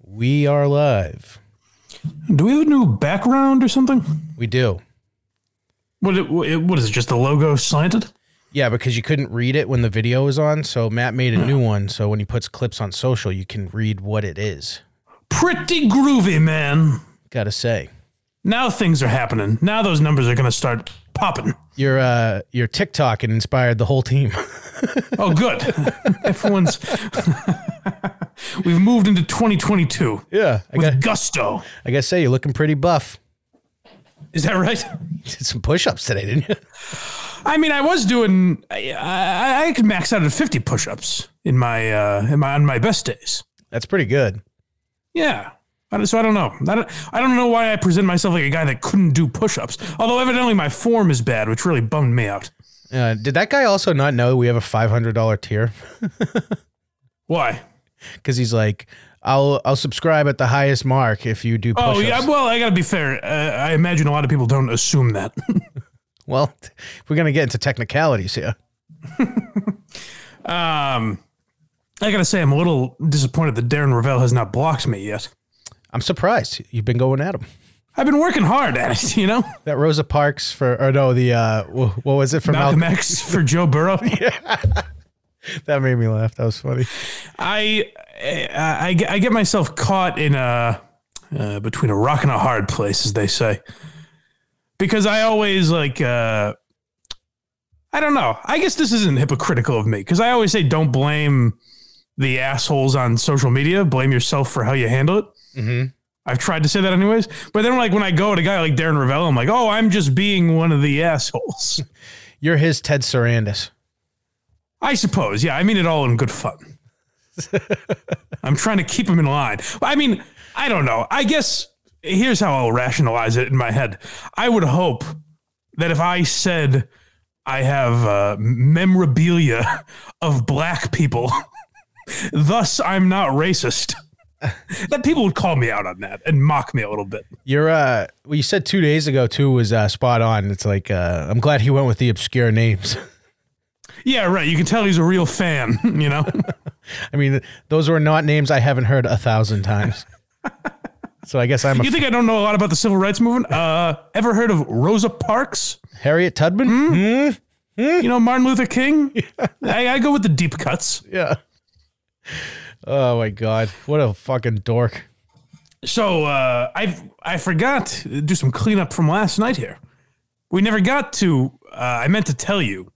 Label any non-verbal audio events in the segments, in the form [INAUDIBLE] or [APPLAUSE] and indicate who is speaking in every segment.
Speaker 1: We are live.
Speaker 2: Do we have a new background or something?
Speaker 1: We do.
Speaker 2: What, it, what it- what is it? Just the logo slanted?
Speaker 1: Yeah, because you couldn't read it when the video was on, so Matt made a
Speaker 2: [CLEARS THROAT]
Speaker 1: new one. So when he puts clips on social, you can read what it is.
Speaker 2: Pretty groovy, man.
Speaker 1: Gotta say,
Speaker 2: Now things are happening. Now those numbers are going to start popping.
Speaker 1: your uh, your TikTok and inspired the whole team. [LAUGHS]
Speaker 2: Oh, good. [LAUGHS] Everyone's. [LAUGHS] We've moved into 2022
Speaker 1: Yeah, I
Speaker 2: with
Speaker 1: got
Speaker 2: gusto.
Speaker 1: I gotta say, you're looking pretty buff. [LAUGHS]
Speaker 2: Is that right?
Speaker 1: Did some push-ups today, didn't you? [LAUGHS]
Speaker 2: I mean, I was doing. I, I, I could max out at 50 push-ups in my uh, in my on my best days.
Speaker 1: That's pretty good.
Speaker 2: Yeah. I don't- So I don't know. I don't, I don't know why I present myself like a guy that couldn't do push-ups. Although evidently my form is bad, which really bummed me out.
Speaker 1: Uh, did that guy also not know we have a five hundred dollar tier? [LAUGHS]
Speaker 2: Why?
Speaker 1: Because he's like, I'll I'll subscribe at the highest mark if you do
Speaker 2: Oh
Speaker 1: push-ups.
Speaker 2: yeah. Well, I gotta be fair. Uh, I imagine a lot of people don't assume that. [LAUGHS]
Speaker 1: Well, [LAUGHS] we're gonna get into technicalities here.
Speaker 2: um, I gotta say I'm a little disappointed that Darren Ravel has not blocked me yet.
Speaker 1: I'm surprised you've been going at him.
Speaker 2: I've been working hard at it, you know.
Speaker 1: That Rosa Parks for, or no, the uh, wh- what was it for
Speaker 2: Malcolm
Speaker 1: Malcolm?
Speaker 2: X for
Speaker 1: [LAUGHS]
Speaker 2: Joe Burrow.
Speaker 1: That made me laugh. That was funny.
Speaker 2: I, I I get- I get myself caught in a uh, between a rock and a hard place, as they say, because I always like uh, I don't know. I guess this isn't hypocritical of me because I always say don't blame the assholes on social media. Blame yourself for how you handle it.
Speaker 1: Mm-hmm.
Speaker 2: I've tried to say that anyways, but then like when I go at a guy like Darren Ravel, I'm like, oh, I'm just being one of the assholes.
Speaker 1: You're his Ted Sarandis.
Speaker 2: I suppose. Yeah, I mean it all in good fun. I'm trying to keep him in line. I mean, I don't know. I guess here's how I'll rationalize it in my head. I would hope that if I said I have uh, memorabilia [LAUGHS] of black people, [LAUGHS] thus I'm not racist, [LAUGHS] that people would call me out on that and mock me a little bit.
Speaker 1: You're uh, what you said two days ago too was uh, spot on. It's like uh, I'm glad he went with the obscure names. [LAUGHS]
Speaker 2: Yeah, right. You can tell he's a real fan, [LAUGHS] you know?
Speaker 1: I mean, those were not names I haven't heard a thousand times. [LAUGHS] so I guess I'm a
Speaker 2: You think I don't know a lot about the civil rights movement? Uh, ever heard of Rosa Parks?
Speaker 1: Harriet Tubman. Hmm?
Speaker 2: You know Martin Luther King? I, I go with the deep cuts.
Speaker 1: [LAUGHS] Yeah. Oh my god, what a fucking dork!
Speaker 2: So uh, I I forgot to do some cleanup from last night here. We never got to. Uh, I meant to tell you.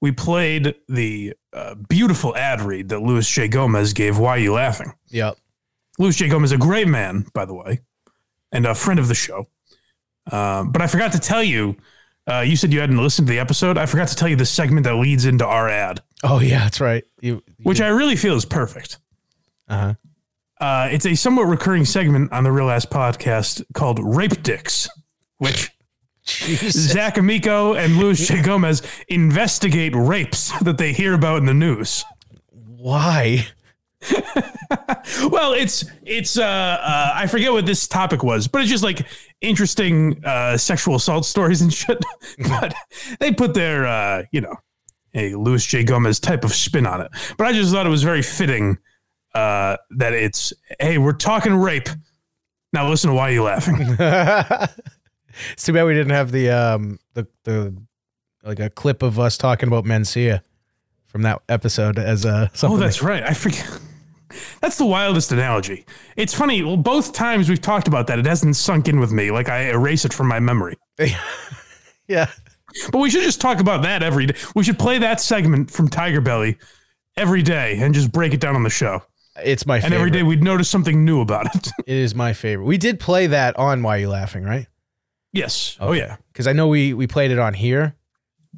Speaker 2: We played the uh, beautiful ad read that Louis J. Gomez gave. Why are you laughing?
Speaker 1: Yep.
Speaker 2: Louis J. Gomez is a great man, by the way, and a friend of the show. Um, but I forgot to tell you, uh, you said you hadn't listened to the episode. I forgot to tell you the segment that leads into our ad,
Speaker 1: Oh yeah, that's right. You,
Speaker 2: which I really feel is perfect.
Speaker 1: uh-huh.
Speaker 2: Uh, it's a somewhat recurring segment on the Real Ass podcast called Rape Dicks, which
Speaker 1: Jesus.
Speaker 2: Zach Amico and Louis J. Gomez investigate rapes that they hear about in the news.
Speaker 1: Why?
Speaker 2: Well, it's it's uh, uh I forget what this topic was, but it's just like interesting uh sexual assault stories and shit. [LAUGHS] but they put their uh, you know, a Louis J. Gomez type of spin on it. But I just thought it was very fitting uh that it's hey, we're talking rape. Now listen to why you laughing.
Speaker 1: it's too bad we didn't have the um the the like a clip of us talking about Mencia from that episode as a
Speaker 2: oh,
Speaker 1: something. [LAUGHS]
Speaker 2: that's right. I forget. That's the wildest analogy. It's funny. Well, both times we've talked about that, it hasn't sunk in with me. Like I erase it from my memory.
Speaker 1: yeah.
Speaker 2: But we should just talk about that every day. We should play that segment from Tiger Belly every day and just break it down on the show.
Speaker 1: It's my
Speaker 2: And
Speaker 1: favorite.
Speaker 2: every day we'd notice something new about it. [LAUGHS]
Speaker 1: it is my favorite. We did play that on Why You Laughing, right?
Speaker 2: yes. Oh yeah.
Speaker 1: Because I know we we played it on here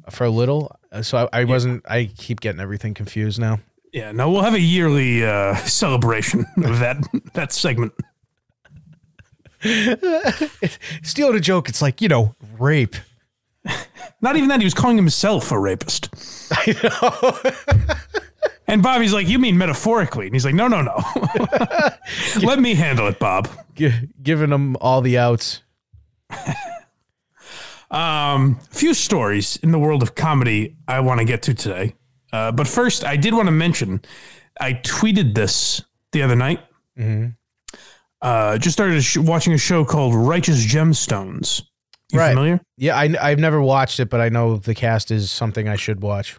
Speaker 1: for a little. uh, So I, I wasn't. I keep getting everything confused now.
Speaker 2: Yeah. No, we'll have a yearly uh, celebration [LAUGHS] of that that segment.
Speaker 1: Stealing a joke, it's like you know rape. [LAUGHS]
Speaker 2: Not even that he was calling himself a rapist.
Speaker 1: I know.
Speaker 2: And Bobby's like, "You mean metaphorically?" And he's like, "No, no, [LAUGHS] no. Let me handle it, Bob."
Speaker 1: G- giving them all the outs.
Speaker 2: Um, few stories in the world of comedy I want to get to today. Uh, but Mm-hmm. first, I did want to mention I tweeted this the other night. uh, just started sh- watching a show called Righteous Gemstones. You
Speaker 1: Right.
Speaker 2: familiar?
Speaker 1: Yeah, I, have never watched it, but I know the cast is something I should watch.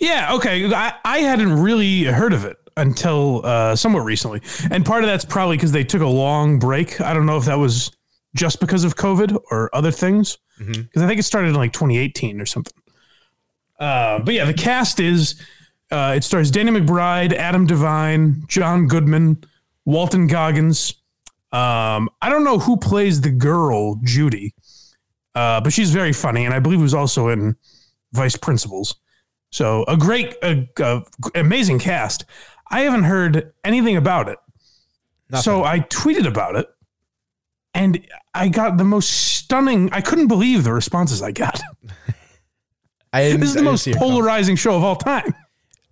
Speaker 2: Yeah, okay. I, I hadn't really heard of it until uh, somewhat recently. And part of that's probably because they took a long break. I don't know if that was just because of COVID or other things, because
Speaker 1: Mhm.
Speaker 2: I think it started in like 2018 or something. Uh, but yeah, the cast is uh, it stars Danny McBride, Adam Devine, John Goodman, Walton Goggins. Um, I don't know who plays the girl, Judy, uh, but she's very funny. And I believe was also in Vice Principals. So a great, a, a amazing cast. I haven't heard anything about it.
Speaker 1: Nothing.
Speaker 2: So I tweeted about it, and I got the most stunning. I couldn't believe the responses I got. [LAUGHS]
Speaker 1: I didn't-
Speaker 2: This is
Speaker 1: I
Speaker 2: the
Speaker 1: didn't
Speaker 2: most
Speaker 1: see it coming.
Speaker 2: polarizing show of all time.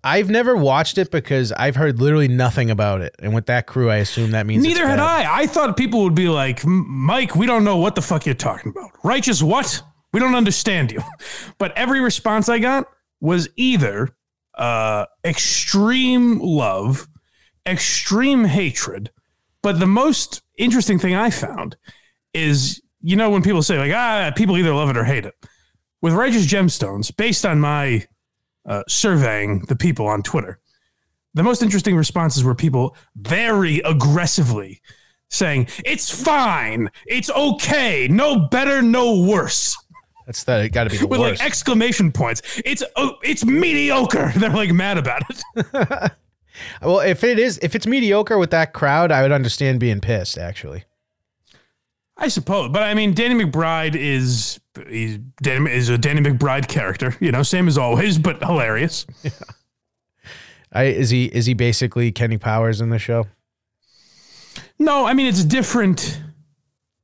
Speaker 1: I've never watched it because I've heard literally nothing about it, and with that crew, I assume that means it's
Speaker 2: Neither had
Speaker 1: bad.
Speaker 2: I. I thought people would be like, "M- Mike, we don't know what the fuck you're talking about. Righteous what? We don't understand you. [LAUGHS] But every response I got was either uh, extreme love, extreme hatred. But the most interesting thing I found is, you know, when people say, like, ah, people either love it or hate it. With Righteous Gemstones, based on my uh, surveying the people on Twitter, the most interesting responses were people very aggressively saying, It's fine. It's okay. No better, no worse.
Speaker 1: That's that. It got to be the
Speaker 2: [LAUGHS] With
Speaker 1: worst.
Speaker 2: like exclamation points. It's oh, it's mediocre. [LAUGHS] They're like mad about it.
Speaker 1: well, if it is, if it's mediocre with that crowd, I would understand being pissed. Actually,
Speaker 2: I suppose, but I mean, Danny McBride is he's Danny, is a Danny McBride character, you know, same as always, but hilarious.
Speaker 1: I is he is he basically Kenny Powers in the show?
Speaker 2: No, I mean it's different.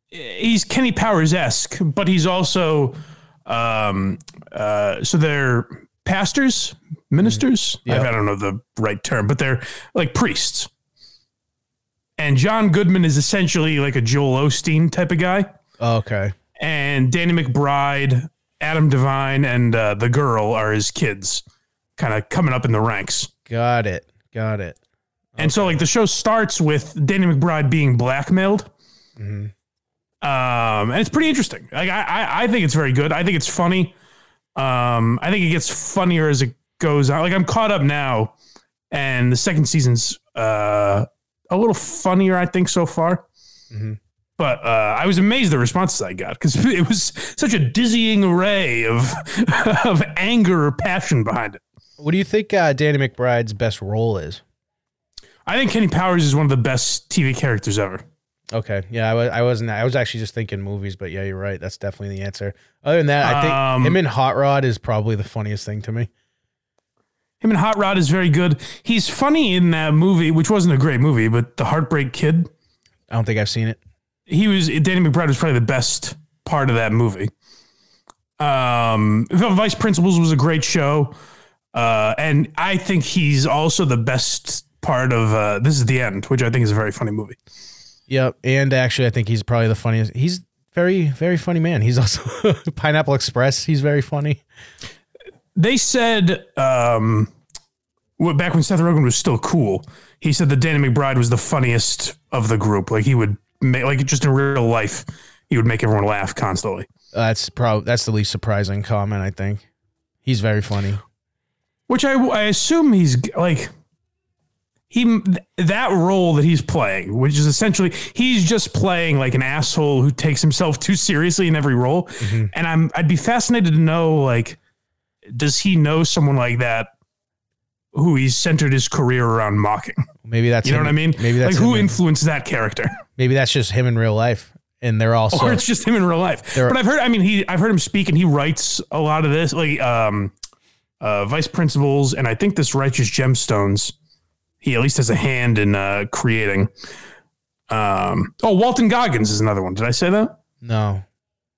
Speaker 2: He's Kenny Powers esque, but he's also um, uh, so they're pastors, ministers.
Speaker 1: Yeah.
Speaker 2: I, I don't know the right term, but they're like priests. And John Goodman is essentially like a Joel Osteen type of guy,
Speaker 1: Okay,
Speaker 2: and Danny McBride, Adam Devine, and uh, the girl are his kids, kind of coming up in the ranks.
Speaker 1: got it, got it.
Speaker 2: And so like the show starts with Danny McBride being blackmailed.
Speaker 1: Mhm.
Speaker 2: Um, and it's pretty interesting. Like I, I, I think it's very good. I think it's funny. Um, I think it gets funnier as it goes on. Like I'm caught up now, and the second season's uh a little funnier, I think, so far.
Speaker 1: Mhm.
Speaker 2: But uh, I was amazed the responses I got because [LAUGHS] it was such a dizzying array of [LAUGHS] of anger or passion behind it.
Speaker 1: What do you think uh, Danny McBride's best role is?
Speaker 2: I think Kenny Powers is one of the best TV characters ever.
Speaker 1: Okay, yeah, I, was, I wasn't. I was actually just thinking movies, but yeah, you're right. That's definitely the answer. Other than that, I think
Speaker 2: Um,
Speaker 1: him in Hot Rod is probably the funniest thing to me.
Speaker 2: Him and Hot Rod is very good. He's funny in that movie, which wasn't a great movie, but The Heartbreak Kid.
Speaker 1: I don't think I've seen it.
Speaker 2: He was Danny McBride was probably the best part of that movie. Um, Vice Principals was a great show, uh, and I think he's also the best part of uh, This Is the End, which I think is a very funny movie.
Speaker 1: Yep, and actually, I think he's probably the funniest. He's very, very funny man. He's also [LAUGHS] Pineapple Express. He's very funny.
Speaker 2: They said um, well, back when Seth Rogen was still cool, he said that Danny McBride was the funniest of the group. Like he would make, like just in real life, he would make everyone laugh constantly.
Speaker 1: Uh, That's probably that's the least surprising comment. I think he's very funny.
Speaker 2: Which I, I assume he's g- like he th- that role that he's playing, which is essentially he's just playing like an asshole who takes himself too seriously in every role. And I'm I'd be fascinated to know like does he know someone like that who he's centered his career around mocking?
Speaker 1: Maybe that's
Speaker 2: You know
Speaker 1: him-
Speaker 2: what I mean?
Speaker 1: Maybe that's
Speaker 2: like who
Speaker 1: him in-
Speaker 2: influenced that character, [LAUGHS]
Speaker 1: maybe that's just him in real life, and they're all
Speaker 2: or
Speaker 1: so
Speaker 2: Oh, it's just him in real life.
Speaker 1: There are-
Speaker 2: But I've heard I mean he I've heard him speak and he writes a lot of this like um uh, vice principals, and I think this righteous gemstones. He at least has a hand in uh, creating. Um, oh, Walton Goggins is another one. Did I say that?
Speaker 1: no.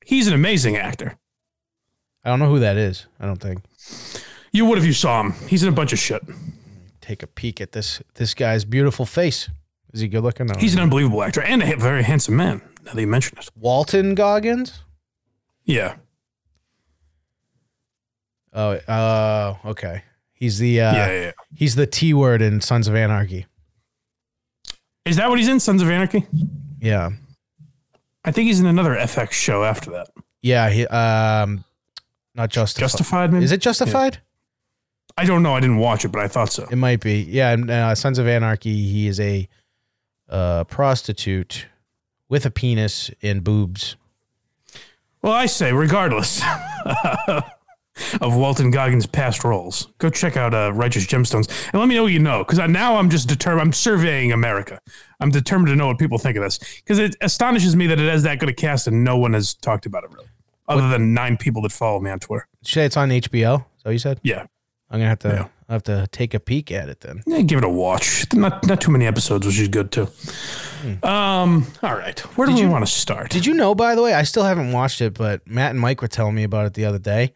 Speaker 2: He's an amazing actor.
Speaker 1: I don't know who that is. I don't think.
Speaker 2: You would if you saw him. He's in a bunch of shit.
Speaker 1: Take a peek at this this guy's beautiful face. Is he good looking? No.
Speaker 2: He's an unbelievable actor and a very handsome man. Now that you mention it,
Speaker 1: Walton Goggins.
Speaker 2: yeah,
Speaker 1: Oh, uh, okay. He's the uh,
Speaker 2: yeah, yeah, yeah.
Speaker 1: he's the T word in Sons of Anarchy.
Speaker 2: Is that what he's in? Sons of Anarchy.
Speaker 1: Yeah.
Speaker 2: I think he's in another FX show after that.
Speaker 1: Yeah. He, um, not justified.
Speaker 2: Justified, maybe?
Speaker 1: Is it justified?
Speaker 2: I don't know. I didn't watch it, but I thought so.
Speaker 1: It might be. Yeah. And uh, Sons of Anarchy, he is a uh, prostitute with a penis and boobs.
Speaker 2: Well, I say, regardless [LAUGHS] of Walton Goggins' past roles, go check out uh, Righteous Gemstones and let me know what you know. Because now I'm just determined. I'm surveying America. I'm determined to know what people think of this because it astonishes me that it has that good a cast and no one has talked about it really, other than nine people that follow me on Twitter.
Speaker 1: Did you say it's on HBO? Is that what you said?
Speaker 2: Yeah,
Speaker 1: I'm gonna have to
Speaker 2: Yeah.
Speaker 1: I'll have to take a peek at it then.
Speaker 2: yeah give it a watch. Not not too many episodes, which is good too. Um, all right, where do we want to start?
Speaker 1: Did you know, by the way, I still haven't watched it, but Matt and Mike were telling me about it the other day.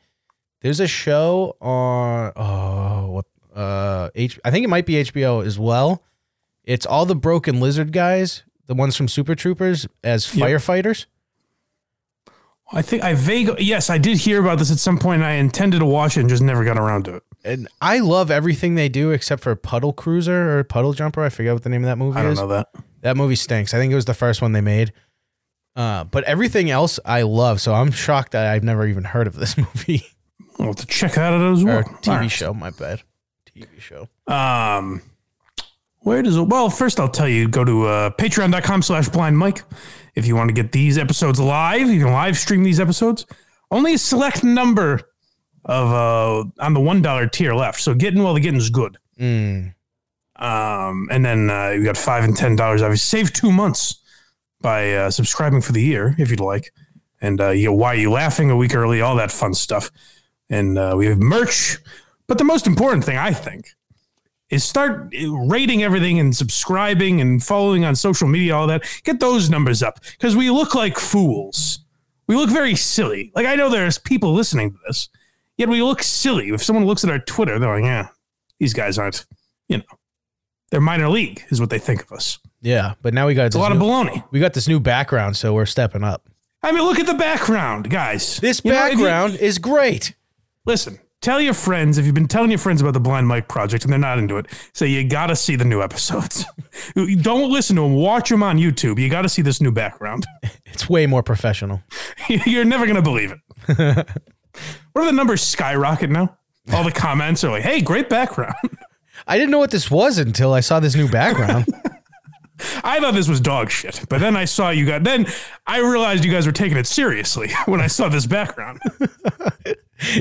Speaker 1: There's a show on oh what uh H I think it might be HBO as well. It's all the broken lizard guys, the ones from Super Troopers as
Speaker 2: Yep.
Speaker 1: firefighters.
Speaker 2: I think I vaguely yes, I did hear about this at some point. And I intended to watch it and just never got around to it.
Speaker 1: And I love everything they do except for Puddle Cruiser or Puddle Jumper. I forget what the name of that movie
Speaker 2: I don't
Speaker 1: is.
Speaker 2: know that.
Speaker 1: That movie stinks. I think it was the first one they made. Uh, but everything else I love, so I'm shocked that I've never even heard of this [LAUGHS] movie
Speaker 2: I'll have to check that out as well.
Speaker 1: or TV
Speaker 2: All right.
Speaker 1: show. My bad, TV show.
Speaker 2: Um, where does it? Well, first I'll tell you go to uh, patreon.com slash blind mike. If you want to get these episodes live, you can live stream these episodes. Only a select number of uh, on the $1 tier left. So getting while the getting's good.
Speaker 1: Mm.
Speaker 2: Um, and then uh, you got five and ten dollars. Obviously, save two months by uh, subscribing for the year if you'd like. And uh, you get why are you laughing a week early, all that fun stuff. And uh, we have merch. But the most important thing I think is start eh, rating everything and subscribing and following on social media, all that. Get those numbers up because we look like fools. We look very silly. Like I know there's people listening to this, yet we look silly. If someone looks at our Twitter, they're like, "Yeah, these guys aren't." You know, they're minor league is what they think of us.
Speaker 1: Yeah, but now we got
Speaker 2: It's a lot of baloney.
Speaker 1: we got this new background, so we're stepping up.
Speaker 2: I mean, look at the background, guys.
Speaker 1: This
Speaker 2: You know, if you-
Speaker 1: background is great.
Speaker 2: listen, tell your friends if you've been telling your friends about the Blind Mike Project and they're not into it. Say you got to see the new episodes. [LAUGHS] You Don't listen to them. Watch them on YouTube. You got to see this new background. [LAUGHS]
Speaker 1: It's way more professional.
Speaker 2: You're never gonna believe it.
Speaker 1: [LAUGHS]
Speaker 2: what are the numbers skyrocket now? All the comments are like, "Hey, great background." [LAUGHS]
Speaker 1: I didn't know what this was until I saw this new
Speaker 2: [LAUGHS]
Speaker 1: background.
Speaker 2: I thought this was dog shit, but then I saw you got. Then I realized you guys were taking it seriously [LAUGHS] when I saw this background.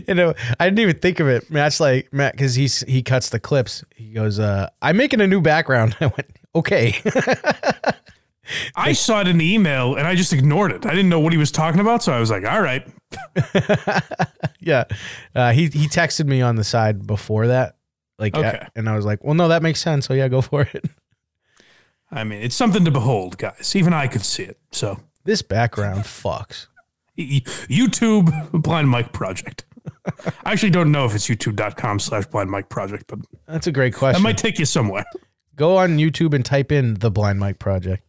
Speaker 1: you know, I didn't even think of it. Matt's like Matt because he's he cuts the clips. He goes, uh, "I'm making a new background." [LAUGHS] I went, "Okay." [LAUGHS]
Speaker 2: I saw it in the email and I just ignored it. I didn't know what he was talking about, so I was like, "All right,
Speaker 1: yeah. Uh, he he texted me on the side before that, like,
Speaker 2: Okay.
Speaker 1: at- and I was like, "Well, no, that makes sense. So yeah, go for it." [LAUGHS]
Speaker 2: I mean, it's something to behold, guys. Even I could see it. So,
Speaker 1: This background fucks.
Speaker 2: y- YouTube Blind Mike Project. [LAUGHS] I actually don't know if it's youtube.com slash blind Mike Project, but
Speaker 1: That's a great
Speaker 2: that
Speaker 1: question.
Speaker 2: might take you somewhere.
Speaker 1: go on YouTube and type in the Blind Mike Project.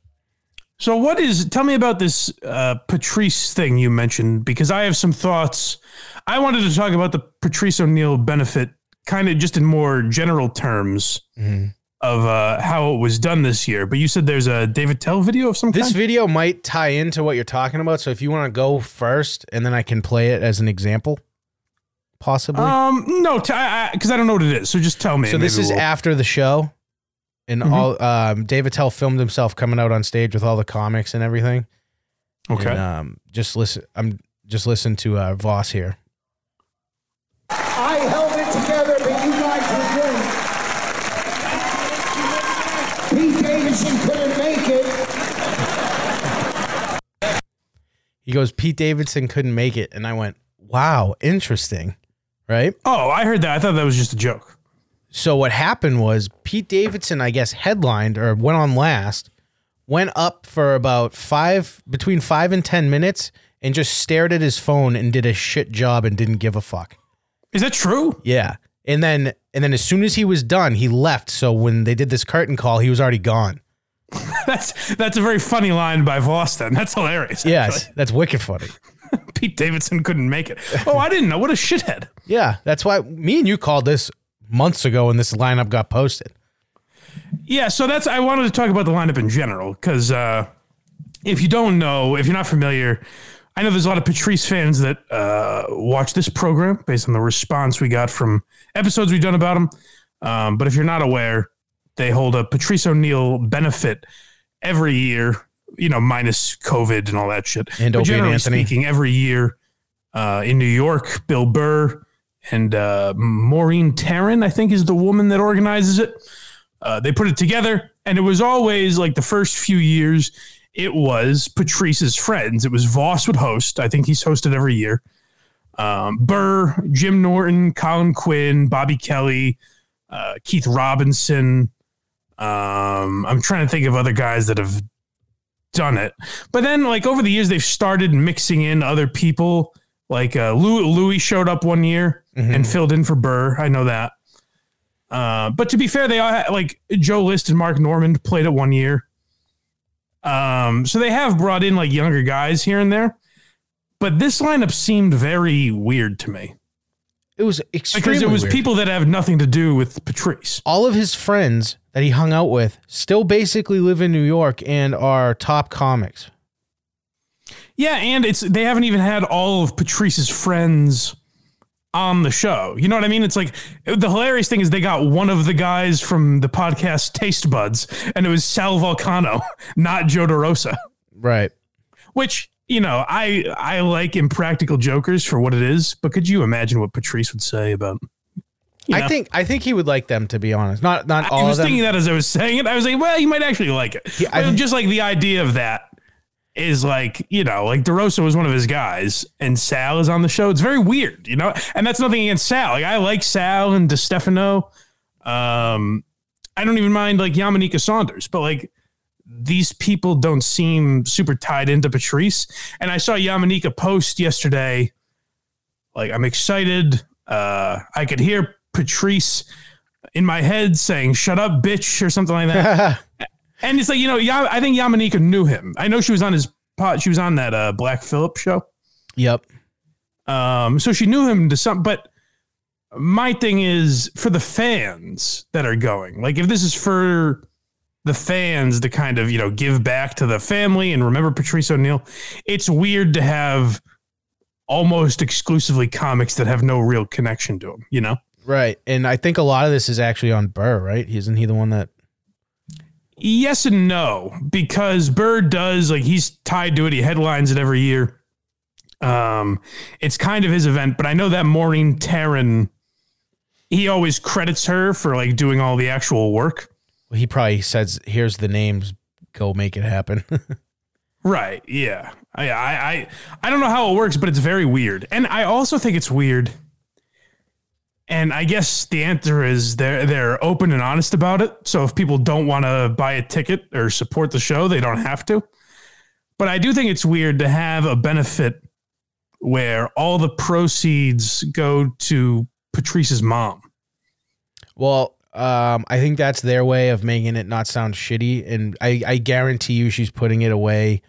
Speaker 2: So, what is, tell me about this uh, Patrice thing you mentioned, because I have some thoughts. I wanted to talk about the Patrice O'Neill benefit, kind of just in more general terms of uh, how it was done this year. But you said there's a David Tell video of some
Speaker 1: This
Speaker 2: kind?
Speaker 1: video might tie into what you're talking about, so if you want to go first, and then I can play it as an example, possibly.
Speaker 2: Um, no, because I, I 'cause I don't know what it is. So just tell me.
Speaker 1: so
Speaker 2: and
Speaker 1: this
Speaker 2: maybe
Speaker 1: is
Speaker 2: we'll-
Speaker 1: after the show, and
Speaker 2: Mhm.
Speaker 1: all um, David Tell filmed himself coming out on stage with all the comics and everything.
Speaker 2: okay.
Speaker 1: And, um, just listen. I'm just listen to uh, Voss here.
Speaker 3: I held it together, but you guys were good. Pete Davidson couldn't make it.
Speaker 1: He goes, Pete Davidson couldn't make it. And I went, wow, interesting. Right.
Speaker 2: Oh, I heard that. I thought that was just a joke.
Speaker 1: So what happened was Pete Davidson, I guess, headlined or went on last, went up for about five, between five and 10 minutes and just stared at his phone and did a shit job and didn't give a fuck.
Speaker 2: Is that true? [LAUGHS]
Speaker 1: Yeah. And then, and then as soon as he was done, he left. So when they did this curtain call, he was already gone.
Speaker 2: That's that's a very funny line by Voss. Then that's hilarious.
Speaker 1: Yes.
Speaker 2: actually.
Speaker 1: [LAUGHS] That's wicked funny.
Speaker 2: [LAUGHS] Pete Davidson couldn't make it. Oh, I didn't know. What a shithead.
Speaker 1: Yeah. That's why me and you called this months ago when this lineup got posted.
Speaker 2: Yeah. So that's I wanted to talk about the lineup in general because uh, if you don't know, if you're not familiar, I know there's a lot of Patrice fans that uh, watch this program based on the response we got from episodes we've done about him. Um, but if you're not aware, they hold a Patrice O'Neill benefit every year, you know, minus COVID and all that shit.
Speaker 1: And Obie
Speaker 2: But
Speaker 1: and
Speaker 2: generally
Speaker 1: Anthony.
Speaker 2: speaking, every year uh, in New York, Bill Burr and uh, Maureen Taryn, I think, is the woman that organizes it. Uh, they put it together, and it was always like the first few years, it was Patrice's friends. It was Voss would host. I think he's hosted every year. Um, Burr, Jim Norton, Colin Quinn, Bobby Kelly, uh, Keith Robinson. Um, I'm trying to think of other guys that have done it. But then, like over the years, they've started mixing in other people. Like uh, Lou, Louis showed up one year
Speaker 1: Mm-hmm.
Speaker 2: and filled in for Burr. I know that. Uh, but to be fair, they all had, like Joe List and Mark Norman played it one year. Um, so they have brought in like younger guys here and there. But this lineup seemed very weird to me
Speaker 1: It was
Speaker 2: because
Speaker 1: extremely
Speaker 2: it was
Speaker 1: weird.
Speaker 2: people that have nothing to do with Patrice.
Speaker 1: all of his friends that he hung out with still basically live in New York and are top comics.
Speaker 2: Yeah, and it's they haven't even had all of Patrice's friends on the show. You know what I mean? It's like the hilarious thing is they got one of the guys from the podcast Taste Buds, and it was Sal Volcano, [LAUGHS] not Joe DeRosa.
Speaker 1: Right.
Speaker 2: Which you know, I I like impractical jokers for what it is, but could you imagine what Patrice would say about? you know?
Speaker 1: I think I think he would like them to be honest. Not not
Speaker 2: I
Speaker 1: all
Speaker 2: was
Speaker 1: of them.
Speaker 2: thinking that as I was saying it. I was like, well, you might actually like it.
Speaker 1: Yeah, I
Speaker 2: But
Speaker 1: think-
Speaker 2: just like the idea of that is like, you know, like DeRosa was one of his guys and Sal is on the show. It's very weird, you know? And that's nothing against Sal. Like I like Sal and DeStefano. Um I don't even mind like Yamanika Saunders, but like these people don't seem super tied into Patrice. And I saw Yamanika post yesterday, like, I'm excited. Uh, I could hear Patrice in my head saying, shut up, bitch, or something
Speaker 1: [LAUGHS]
Speaker 2: like that. and it's like, you know, Ya I think Yamanika knew him. I know she was on his pot. She was on that uh, Black Phillip show.
Speaker 1: yep.
Speaker 2: Um, so she knew him to some, but my thing is for the fans that are going, like if this is for the fans to kind of, you know, give back to the family and remember Patrice O'Neill, it's weird to have almost exclusively comics that have no real connection to him, you know?
Speaker 1: Right. And I think a lot of this is actually on Burr, right? Isn't he the one that
Speaker 2: Yes and no, because Bird does like he's tied to it. He headlines it every year. Um, it's kind of his event, but I know that Maureen Taryn, he always credits her for like doing all the actual work.
Speaker 1: he probably says, "Here's the names, go make it happen." [LAUGHS]
Speaker 2: Right? Yeah. I I I, I don't know how it works, but it's very weird, and I also think it's weird. And I guess the answer is they're they're open and honest about it. So if people don't want to buy a ticket or support the show, they don't have to. But I do think it's weird to have a benefit where all the proceeds go to Patrice's mom.
Speaker 1: well, um, I think that's their way of making it not sound shitty, and I, I guarantee you, she's putting it away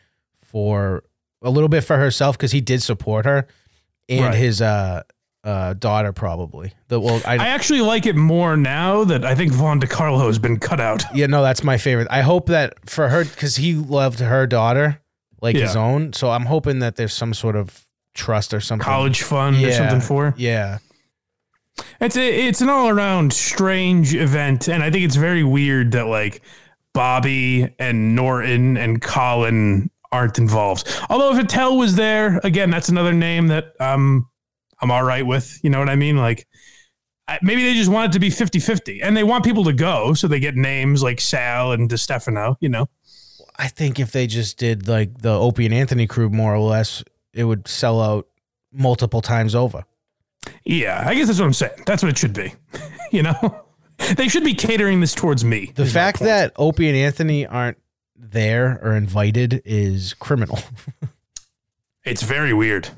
Speaker 1: for a little bit for herself because he did support her and
Speaker 2: Right.
Speaker 1: his uh, uh, daughter probably. The well, I,
Speaker 2: I actually like it more now that I think Vaughn DiCarlo has been cut out.
Speaker 1: yeah, no, that's my favorite. I hope that for her because he loved her daughter like his
Speaker 2: Yeah.
Speaker 1: own, so I'm hoping that there's some sort of trust or something.
Speaker 2: College fund or
Speaker 1: Yeah.
Speaker 2: something for her.
Speaker 1: Yeah.
Speaker 2: It's a, it's an all around strange event, and I think it's very weird that like Bobby and Norton and Colin aren't involved. Although if Attell was there, again, that's another name that um I'm all right with. You know what I mean? Like I, maybe they just want it to be 50-50 and they want people to go so they get names like Sal and DeStefano, you know.
Speaker 1: I think if they just did like the Opie and Anthony crew more or less, it would sell out multiple times over.
Speaker 2: Yeah, I guess that's what I'm saying. That's what it should be. [LAUGHS] you know? They should be catering this towards me.
Speaker 1: The
Speaker 2: is my
Speaker 1: fact
Speaker 2: point.
Speaker 1: that Opie and Anthony aren't there or invited is criminal.
Speaker 2: It's very weird.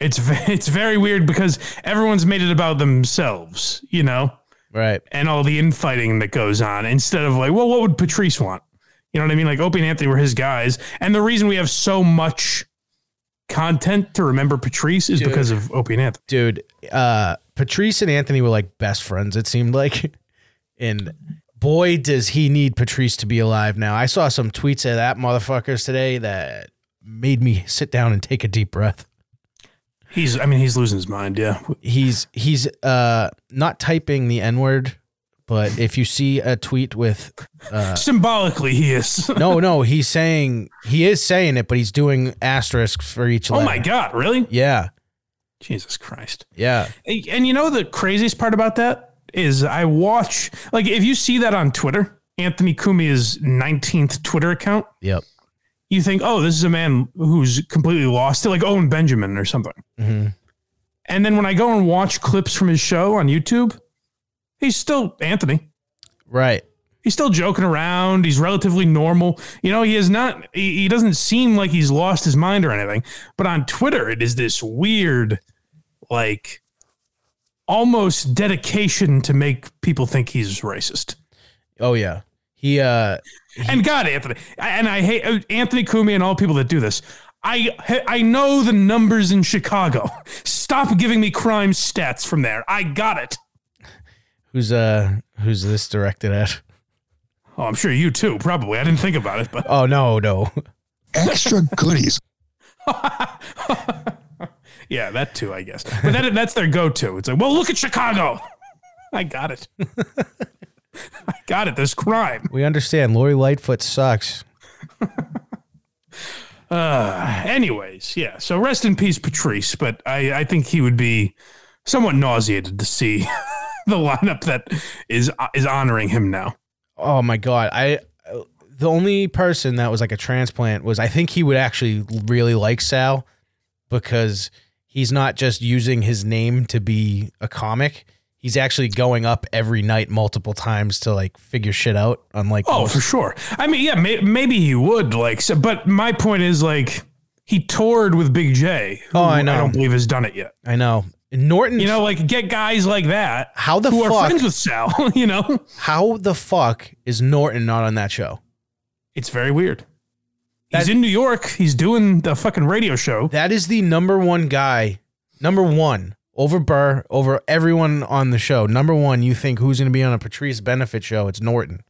Speaker 2: It's [LAUGHS] ve- it's very weird because everyone's made it about themselves, you know,
Speaker 1: right.
Speaker 2: and all the infighting that goes on instead of like, well, what would Patrice want? You know what I mean? Like Opie and Anthony were his guys, and the reason we have so much content to remember Patrice is
Speaker 1: Dude.
Speaker 2: because of Opie and Anthony.
Speaker 1: Dude, uh Patrice [LAUGHS] and Anthony were like best friends, it seemed like. And boy, does he need Patrice to be alive now. I saw some tweets of that motherfuckers today that made me sit down and take a deep breath.
Speaker 2: He's, I mean, he's losing his mind. Yeah.
Speaker 1: He's he's uh not typing the N word, but if you see a tweet with uh
Speaker 2: Symbolically, he is. [LAUGHS] Oh
Speaker 1: no, no, he's saying he is saying it, but he's doing asterisks for each
Speaker 2: oh
Speaker 1: letter.
Speaker 2: my God. Really?
Speaker 1: Yeah,
Speaker 2: Jesus Christ.
Speaker 1: yeah.
Speaker 2: And and you know the craziest part about that is I watch like if you see that on Twitter, Anthony Cumia's 19th Twitter account,
Speaker 1: Yep.
Speaker 2: you think, "Oh, this is a man who's completely lost to like Owen Benjamin or something."
Speaker 1: hmm
Speaker 2: And then when I go and watch clips from his show on YouTube, he's still Anthony.
Speaker 1: Right.
Speaker 2: He's still joking around. He's relatively normal. You know, he is not he, he doesn't seem like he's lost his mind or anything. But on Twitter, it is this weird like almost dedication to make people think he's racist.
Speaker 1: Oh yeah. He uh
Speaker 2: And God, Anthony, I- and I hate uh, Anthony Kumi and all people that do this. I I know the numbers in Chicago. Stop giving me crime stats from there. I got it.
Speaker 1: who's uh who's this directed at?
Speaker 2: Oh, I'm sure you too, probably. I didn't think about it, but
Speaker 1: Oh no, no. [LAUGHS]
Speaker 4: Extra goodies.
Speaker 2: yeah, that too, I guess. But that, that's their go-to. It's like, well, look at Chicago. I got it. [LAUGHS] I got it. There's crime.
Speaker 1: We understand Lori Lightfoot sucks.
Speaker 2: Uh, anyways, yeah. So rest in peace, Patrice. But I, I think he would be somewhat nauseated to see [LAUGHS] the lineup that is is honoring him now.
Speaker 1: Oh my god. I the only person that was like a transplant was I think he would actually really like Sal because he's not just using his name to be a comic. He's actually going up every night multiple times to like figure shit out. Unlike
Speaker 2: Oh,
Speaker 1: most-
Speaker 2: for sure. I mean, yeah, may, maybe he would like. So, but my point is like. He toured with Big J. who
Speaker 1: Oh, I know.
Speaker 2: I don't believe has done it yet.
Speaker 1: I know. Norton,
Speaker 2: You know, like get guys like that
Speaker 1: how the
Speaker 2: who are
Speaker 1: fuck
Speaker 2: friends with Sal, [LAUGHS] you know?
Speaker 1: how the fuck is Norton not on that show?
Speaker 2: It's very weird.
Speaker 1: That-
Speaker 2: He's in New York. He's doing the fucking radio show.
Speaker 1: That is the number one guy, number one over Burr, over everyone on the show. Number one, you think who's going to be on a Patrice benefit show? It's Norton.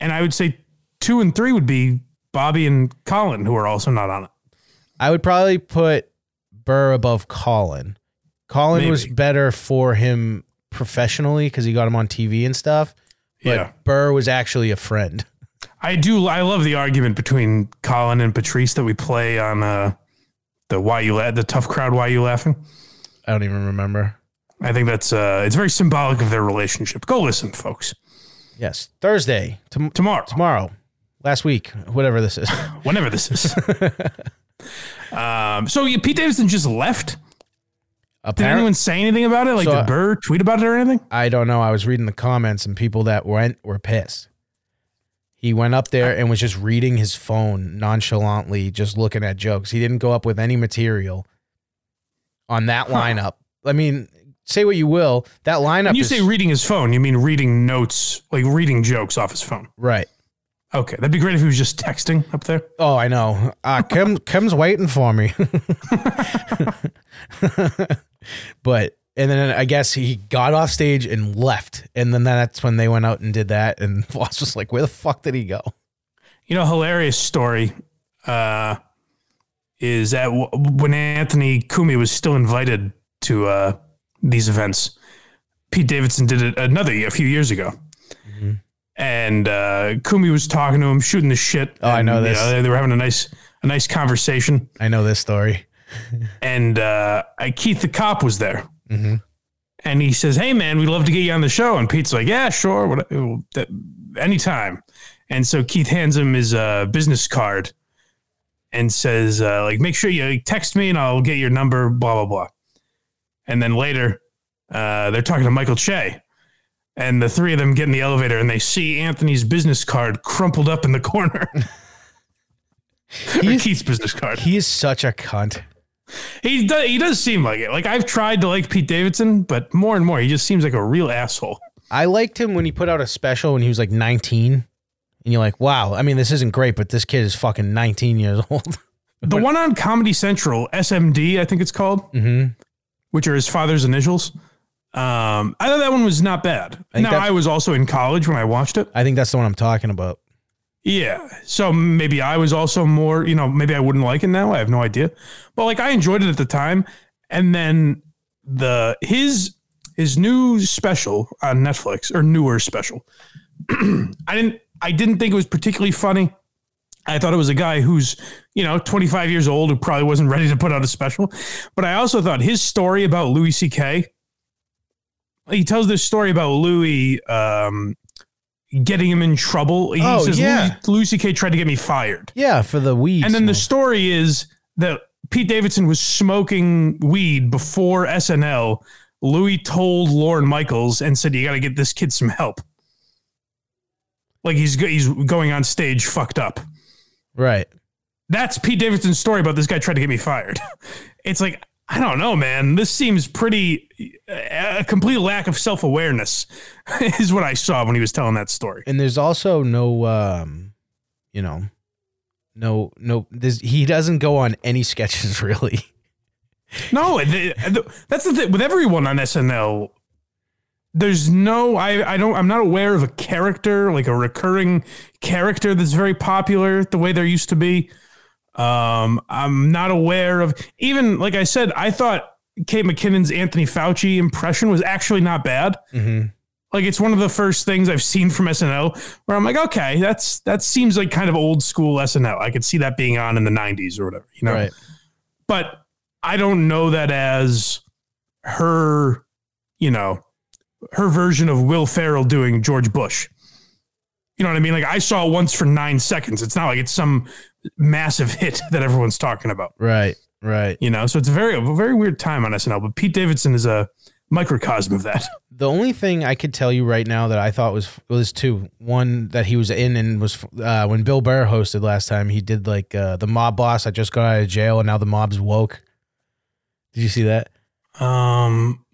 Speaker 2: And I would say two and three would be Bobby and Colin, who are also not on it.
Speaker 1: I would probably put Burr above Colin. Colin was
Speaker 2: Maybe.
Speaker 1: better for him professionally because he got him on TV and stuff. But
Speaker 2: Yeah.
Speaker 1: Burr was actually a friend.
Speaker 2: I do. I love the argument between Colin and Patrice that we play on uh, the Why You La- the Tough Crowd Why You Laughing.
Speaker 1: I don't even remember.
Speaker 2: I think that's uh, it's very symbolic of their relationship. Go listen, folks.
Speaker 1: Yes, Thursday, tom-
Speaker 2: Tomorrow,
Speaker 1: tomorrow, last week, whatever this is.
Speaker 2: whenever
Speaker 1: [LAUGHS]
Speaker 2: this is. um, so you, Pete Davidson just left. Did
Speaker 1: Apparent-
Speaker 2: anyone say anything about it? Like,
Speaker 1: So, uh,
Speaker 2: did Burr tweet about it or anything?
Speaker 1: I don't know. I was reading the comments and people that went were pissed. He went up there and was just reading his phone nonchalantly, just looking at jokes. He didn't go up with any material on that lineup. I mean, say what you will, that lineup
Speaker 2: When you
Speaker 1: is
Speaker 2: say reading his phone, you mean reading notes, like reading jokes off his phone.
Speaker 1: right.
Speaker 2: Okay, that'd be great if he was just texting up there.
Speaker 1: Oh, I know. Uh,
Speaker 2: [LAUGHS]
Speaker 1: Kim, Kim's waiting for me. [LAUGHS] but and then I guess he got off stage and left, and then that's when they went out and did that. And [LAUGHS] Voss was like, "Where the fuck did he go?"
Speaker 2: You know, hilarious story uh, is that w- when Anthony Kumi was still invited to uh, these events, Pete Davidson did it another year, a few years ago.
Speaker 1: Mm-hmm.
Speaker 2: And uh, Kumi was talking to him, shooting the shit.
Speaker 1: Oh, I
Speaker 2: and,
Speaker 1: know
Speaker 2: you
Speaker 1: this.
Speaker 2: they, they were having a nice, a nice conversation.
Speaker 1: I know this story.
Speaker 2: and uh, I- Keith the cop was there. Mm-hmm.
Speaker 1: Mhm.
Speaker 2: And he says, "Hey man, we'd love to get you on the show." And Pete's like, "Yeah, sure, what, well, that- anytime." And so Keith hands him his uh, business card and says, uh, "Like, make sure you text me, and I'll get your number." Blah blah blah. And then later, uh, they're talking to Michael Che, and the three of them get in the elevator, and they see Anthony's business card crumpled up in the corner. [LAUGHS] Or
Speaker 1: He's-
Speaker 2: Keith's business card.
Speaker 1: He is such a cunt.
Speaker 2: He does, he does seem like it. Like I've tried to like Pete Davidson, but more and more he just seems like a real asshole.
Speaker 1: I liked him when he put out a special when he was like 19. And you're like, wow, I mean, this isn't great, but this kid is fucking 19 years [LAUGHS] old.
Speaker 2: The one on Comedy Central, SMD, I think it's called,
Speaker 1: Mm-hmm.
Speaker 2: which are his father's initials. Um, I thought that one was not bad.
Speaker 1: think
Speaker 2: Now
Speaker 1: that's-
Speaker 2: I was also in college when I watched it.
Speaker 1: I think that's the one I'm talking about.
Speaker 2: Yeah. So maybe I was also more, you know, maybe I wouldn't like it now. I have no idea. But like I enjoyed it at the time. And then the his his new special on Netflix or newer special. [CLEARS THROAT] I didn't I didn't think it was particularly funny. I thought it was a guy who's, you know, 25 years old who probably wasn't ready to put out a special. But I also thought his story about Louis C.K. He tells this story about Louis um, getting him in trouble. He
Speaker 1: Oh,
Speaker 2: says,
Speaker 1: yeah.
Speaker 2: Louis, Louis C.K. tried to get me fired.
Speaker 1: Yeah, for the weed.
Speaker 2: And then the story is that Pete Davidson was smoking weed before SNL. Louis told Lauren Michaels and said, "You got to get this kid some help." Like he's go- he's going on stage fucked up.
Speaker 1: right.
Speaker 2: That's Pete Davidson's story about this guy trying to get me fired. [LAUGHS] It's like I don't know, man. This seems pretty a complete lack of self awareness [LAUGHS] is what I saw when he was telling that story.
Speaker 1: And there's also no, um, you know, no, no. This he doesn't go on any [LAUGHS] sketches really.
Speaker 2: No, th- th- that's the thing with everyone on SNL. There's no, I, I don't, I'm not aware of a character like a recurring character that's very popular the way there used to be. Um, I'm not aware of even like I said, I thought Kate McKinnon's Anthony Fauci impression was actually not bad.
Speaker 1: Mm-hmm.
Speaker 2: Like it's one of the first things I've seen from SNL where I'm like, okay, that's that seems like kind of old school SNL. I could see that being on in the 90s or whatever, you know
Speaker 1: Right.
Speaker 2: but I don't know that as her, you know, her version of Will Ferrell doing George Bush. You know what I mean? Like I saw it once for nine seconds. It's not like it's some massive [LAUGHS] hit that everyone's talking about.
Speaker 1: Right. Right.
Speaker 2: You know, so it's a very, a very weird time on SNL. But Pete Davidson is a microcosm of that.
Speaker 1: The only thing I could tell you right now that I thought was was two. One that he was in and was uh, when Bill Burr hosted last time. He did like uh, the mob boss. I just got out of jail and now the mob's woke. Did you see that?
Speaker 2: Um,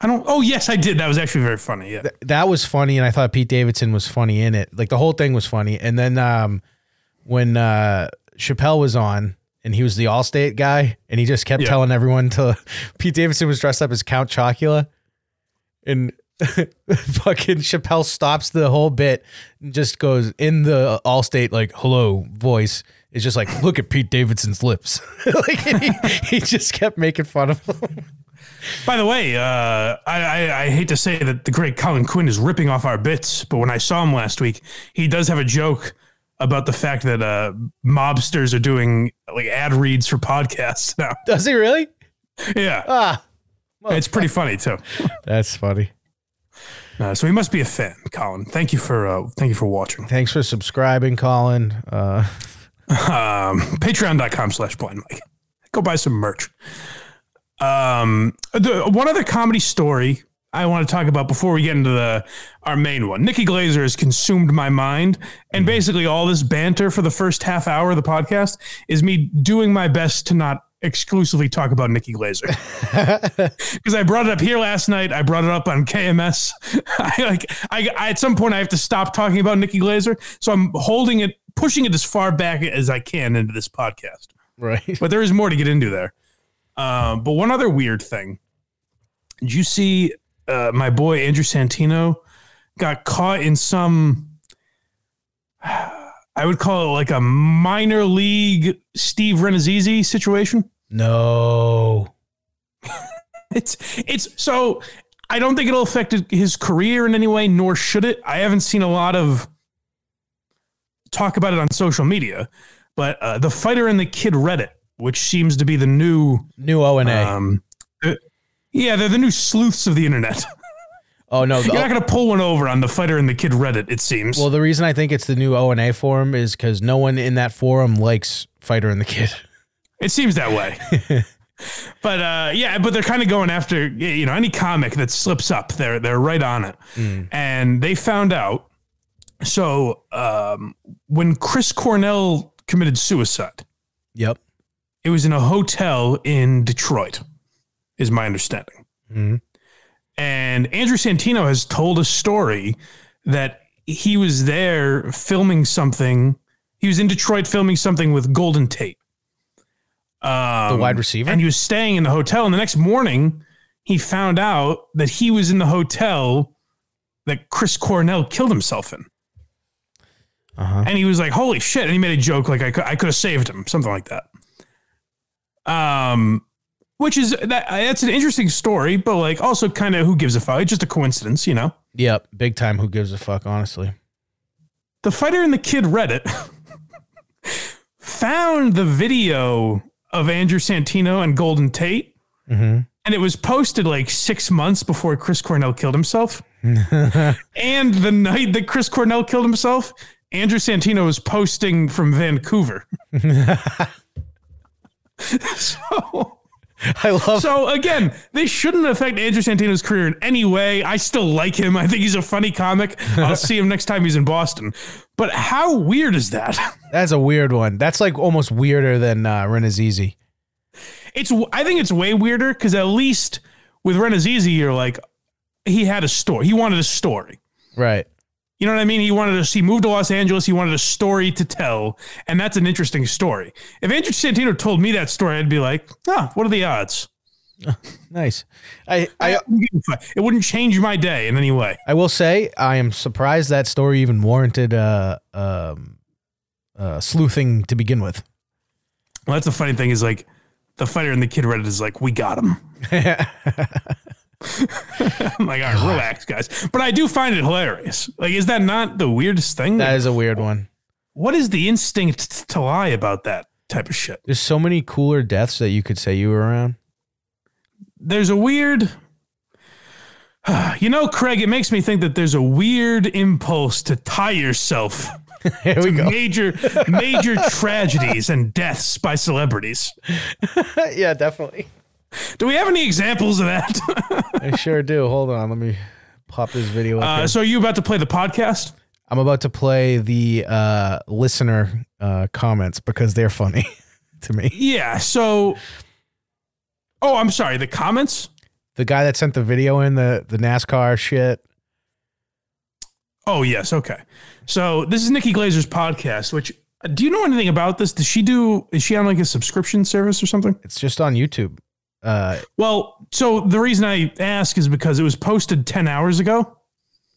Speaker 2: I don't. Oh yes, I did. That was actually very funny. Yeah.
Speaker 1: Th- that was funny, and I thought Pete Davidson was funny in it. Like the whole thing was funny. And then um, when uh, Chappelle was on, and he was the Allstate guy, and he just kept
Speaker 2: Yeah.
Speaker 1: telling everyone to. [LAUGHS] Pete Davidson was dressed up as Count Chocula, and [LAUGHS] fucking Chappelle stops the whole bit and just goes in the Allstate like hello voice. It's just like look at Pete Davidson's lips. [LAUGHS] like and he, he just kept making fun of him. [LAUGHS]
Speaker 2: By the way, uh, I, I, I hate to say that the great Colin Quinn is ripping off our bits, but when I saw him last week, he does have a joke about the fact that uh, mobsters are doing like ad reads for podcasts [LAUGHS] now.
Speaker 1: Does he really?
Speaker 2: yeah,
Speaker 1: Ah,
Speaker 2: it's pretty funny too.
Speaker 1: that's funny.
Speaker 2: Uh, so he must be a fan, Colin. Thank you for uh, thank you for watching.
Speaker 1: Thanks for subscribing, Colin. Uh, [LAUGHS]
Speaker 2: Um, Patreon.com slash blind mike. Go buy some merch. Um, the, one other comedy story I want to talk about before we get into the our main one. Nikki Glazer has consumed my mind, and basically all this banter for the first half hour of the podcast is me doing my best to not exclusively talk about Nikki Glazer because I brought it up here last night. I brought it up on KMS. [LAUGHS] I like I, I at some point I have to stop talking about Nikki Glazer, so I'm holding it, pushing it as far back as I can into this podcast
Speaker 1: right.
Speaker 2: but there is more to get into there. Uh, but one other weird thing. Did you see uh, my boy Andrew Santino got caught in some, [SIGHS] I would call it like a minor league Steve Renazizi situation? [LAUGHS]
Speaker 1: No.
Speaker 2: It's, it's so I don't think it'll affect his career in any way, nor should it. I haven't seen a lot of talk about it on social media, but uh, the fighter and the kid Reddit, which seems to be the new
Speaker 1: New O and A.
Speaker 2: Um, uh, yeah, they're the new sleuths of the internet. [LAUGHS]
Speaker 1: oh [LAUGHS] no. the-
Speaker 2: You're not going to pull one over on the fighter and the kid Reddit, it seems.
Speaker 1: well, the reason I think it's the new O and A forum is because no one in that forum likes Fighter and the Kid. [LAUGHS]
Speaker 2: it seems that way. but uh, yeah, but they're kind of going after you know any comic that slips up. They're they're right on it,
Speaker 1: Hmm.
Speaker 2: and they found out. So um, when Chris Cornell committed suicide,
Speaker 1: Yep.
Speaker 2: it was in a hotel in Detroit, is my understanding.
Speaker 1: Mhm.
Speaker 2: And Andrew Santino has told a story that he was there filming something. He was in Detroit filming something with Golden Tate, um,
Speaker 1: The wide receiver?
Speaker 2: and he was staying in the hotel. And the next morning, he found out that he was in the hotel that Chris Cornell killed himself in.
Speaker 1: Uh-huh.
Speaker 2: And he was like, "Holy shit!" And he made a joke like, "I could, I could have saved him," something like that. Um, which is that that's an interesting story, but like also kind of who gives a fuck? It's just a coincidence, you know.
Speaker 1: Yep, big time. Who gives a fuck? Honestly,
Speaker 2: The fighter and the kid Reddit found the video of Andrew Santino and Golden Tate, and it was posted like six months before Chris Cornell killed himself. and the night that Chris Cornell killed himself, Andrew Santino was posting from Vancouver. [LAUGHS] so,
Speaker 1: [LAUGHS] I love.
Speaker 2: so again, this shouldn't affect Andrew Santino's career in any way. I still like him. I think he's a funny comic. I'll see him next time he's in Boston. But how weird is that?
Speaker 1: that's a weird one. That's like almost weirder than uh, Ren is easy.
Speaker 2: It's I think it's way weirder because at least with Renazizi, you're like he had a story. He wanted a story.
Speaker 1: Right.
Speaker 2: You know what I mean? He wanted to. He moved to Los Angeles. He wanted a story to tell, and that's an interesting story. If Andrew Santino told me that story, I'd be like, "Ah, what are the odds?"
Speaker 1: Nice. I, I
Speaker 2: it wouldn't change my day in any way.
Speaker 1: I will say I am surprised that story even warranted uh, um, uh, sleuthing to begin with.
Speaker 2: Well, that's the funny thing is like the fighter and the kid Reddit is like, we
Speaker 1: [LAUGHS]
Speaker 2: got him. I'm like, all right, relax, guys. But I do find it hilarious. Like, is that not the weirdest thing?
Speaker 1: That is a weird one.
Speaker 2: what is the instinct t- to lie about that type of shit?
Speaker 1: There's so many cooler deaths that you could say you were around. [LAUGHS]
Speaker 2: There's a weird. [SIGHS] You know, Craig, it makes me think that there's a weird impulse to tie yourself
Speaker 1: Here we [LAUGHS]
Speaker 2: to
Speaker 1: go.
Speaker 2: major,
Speaker 1: [LAUGHS]
Speaker 2: major tragedies and deaths by celebrities.
Speaker 1: yeah, definitely.
Speaker 2: Do we have any examples of that?
Speaker 1: I sure do. Hold on, let me pop this video up.
Speaker 2: Uh,
Speaker 1: here.
Speaker 2: so, are you about to play the podcast?
Speaker 1: I'm about to play the uh, listener uh, comments because they're funny [LAUGHS] to me.
Speaker 2: Yeah. So, oh, I'm sorry. The comments.
Speaker 1: The guy that sent the video in the the NASCAR shit.
Speaker 2: Oh, yes. Okay. So this is Nikki Glazer's podcast. Which do you know anything about this? Does she do? Is she on like a subscription service or something?
Speaker 1: It's just on YouTube. Uh,
Speaker 2: Well, so the reason I ask is because it was posted ten hours ago.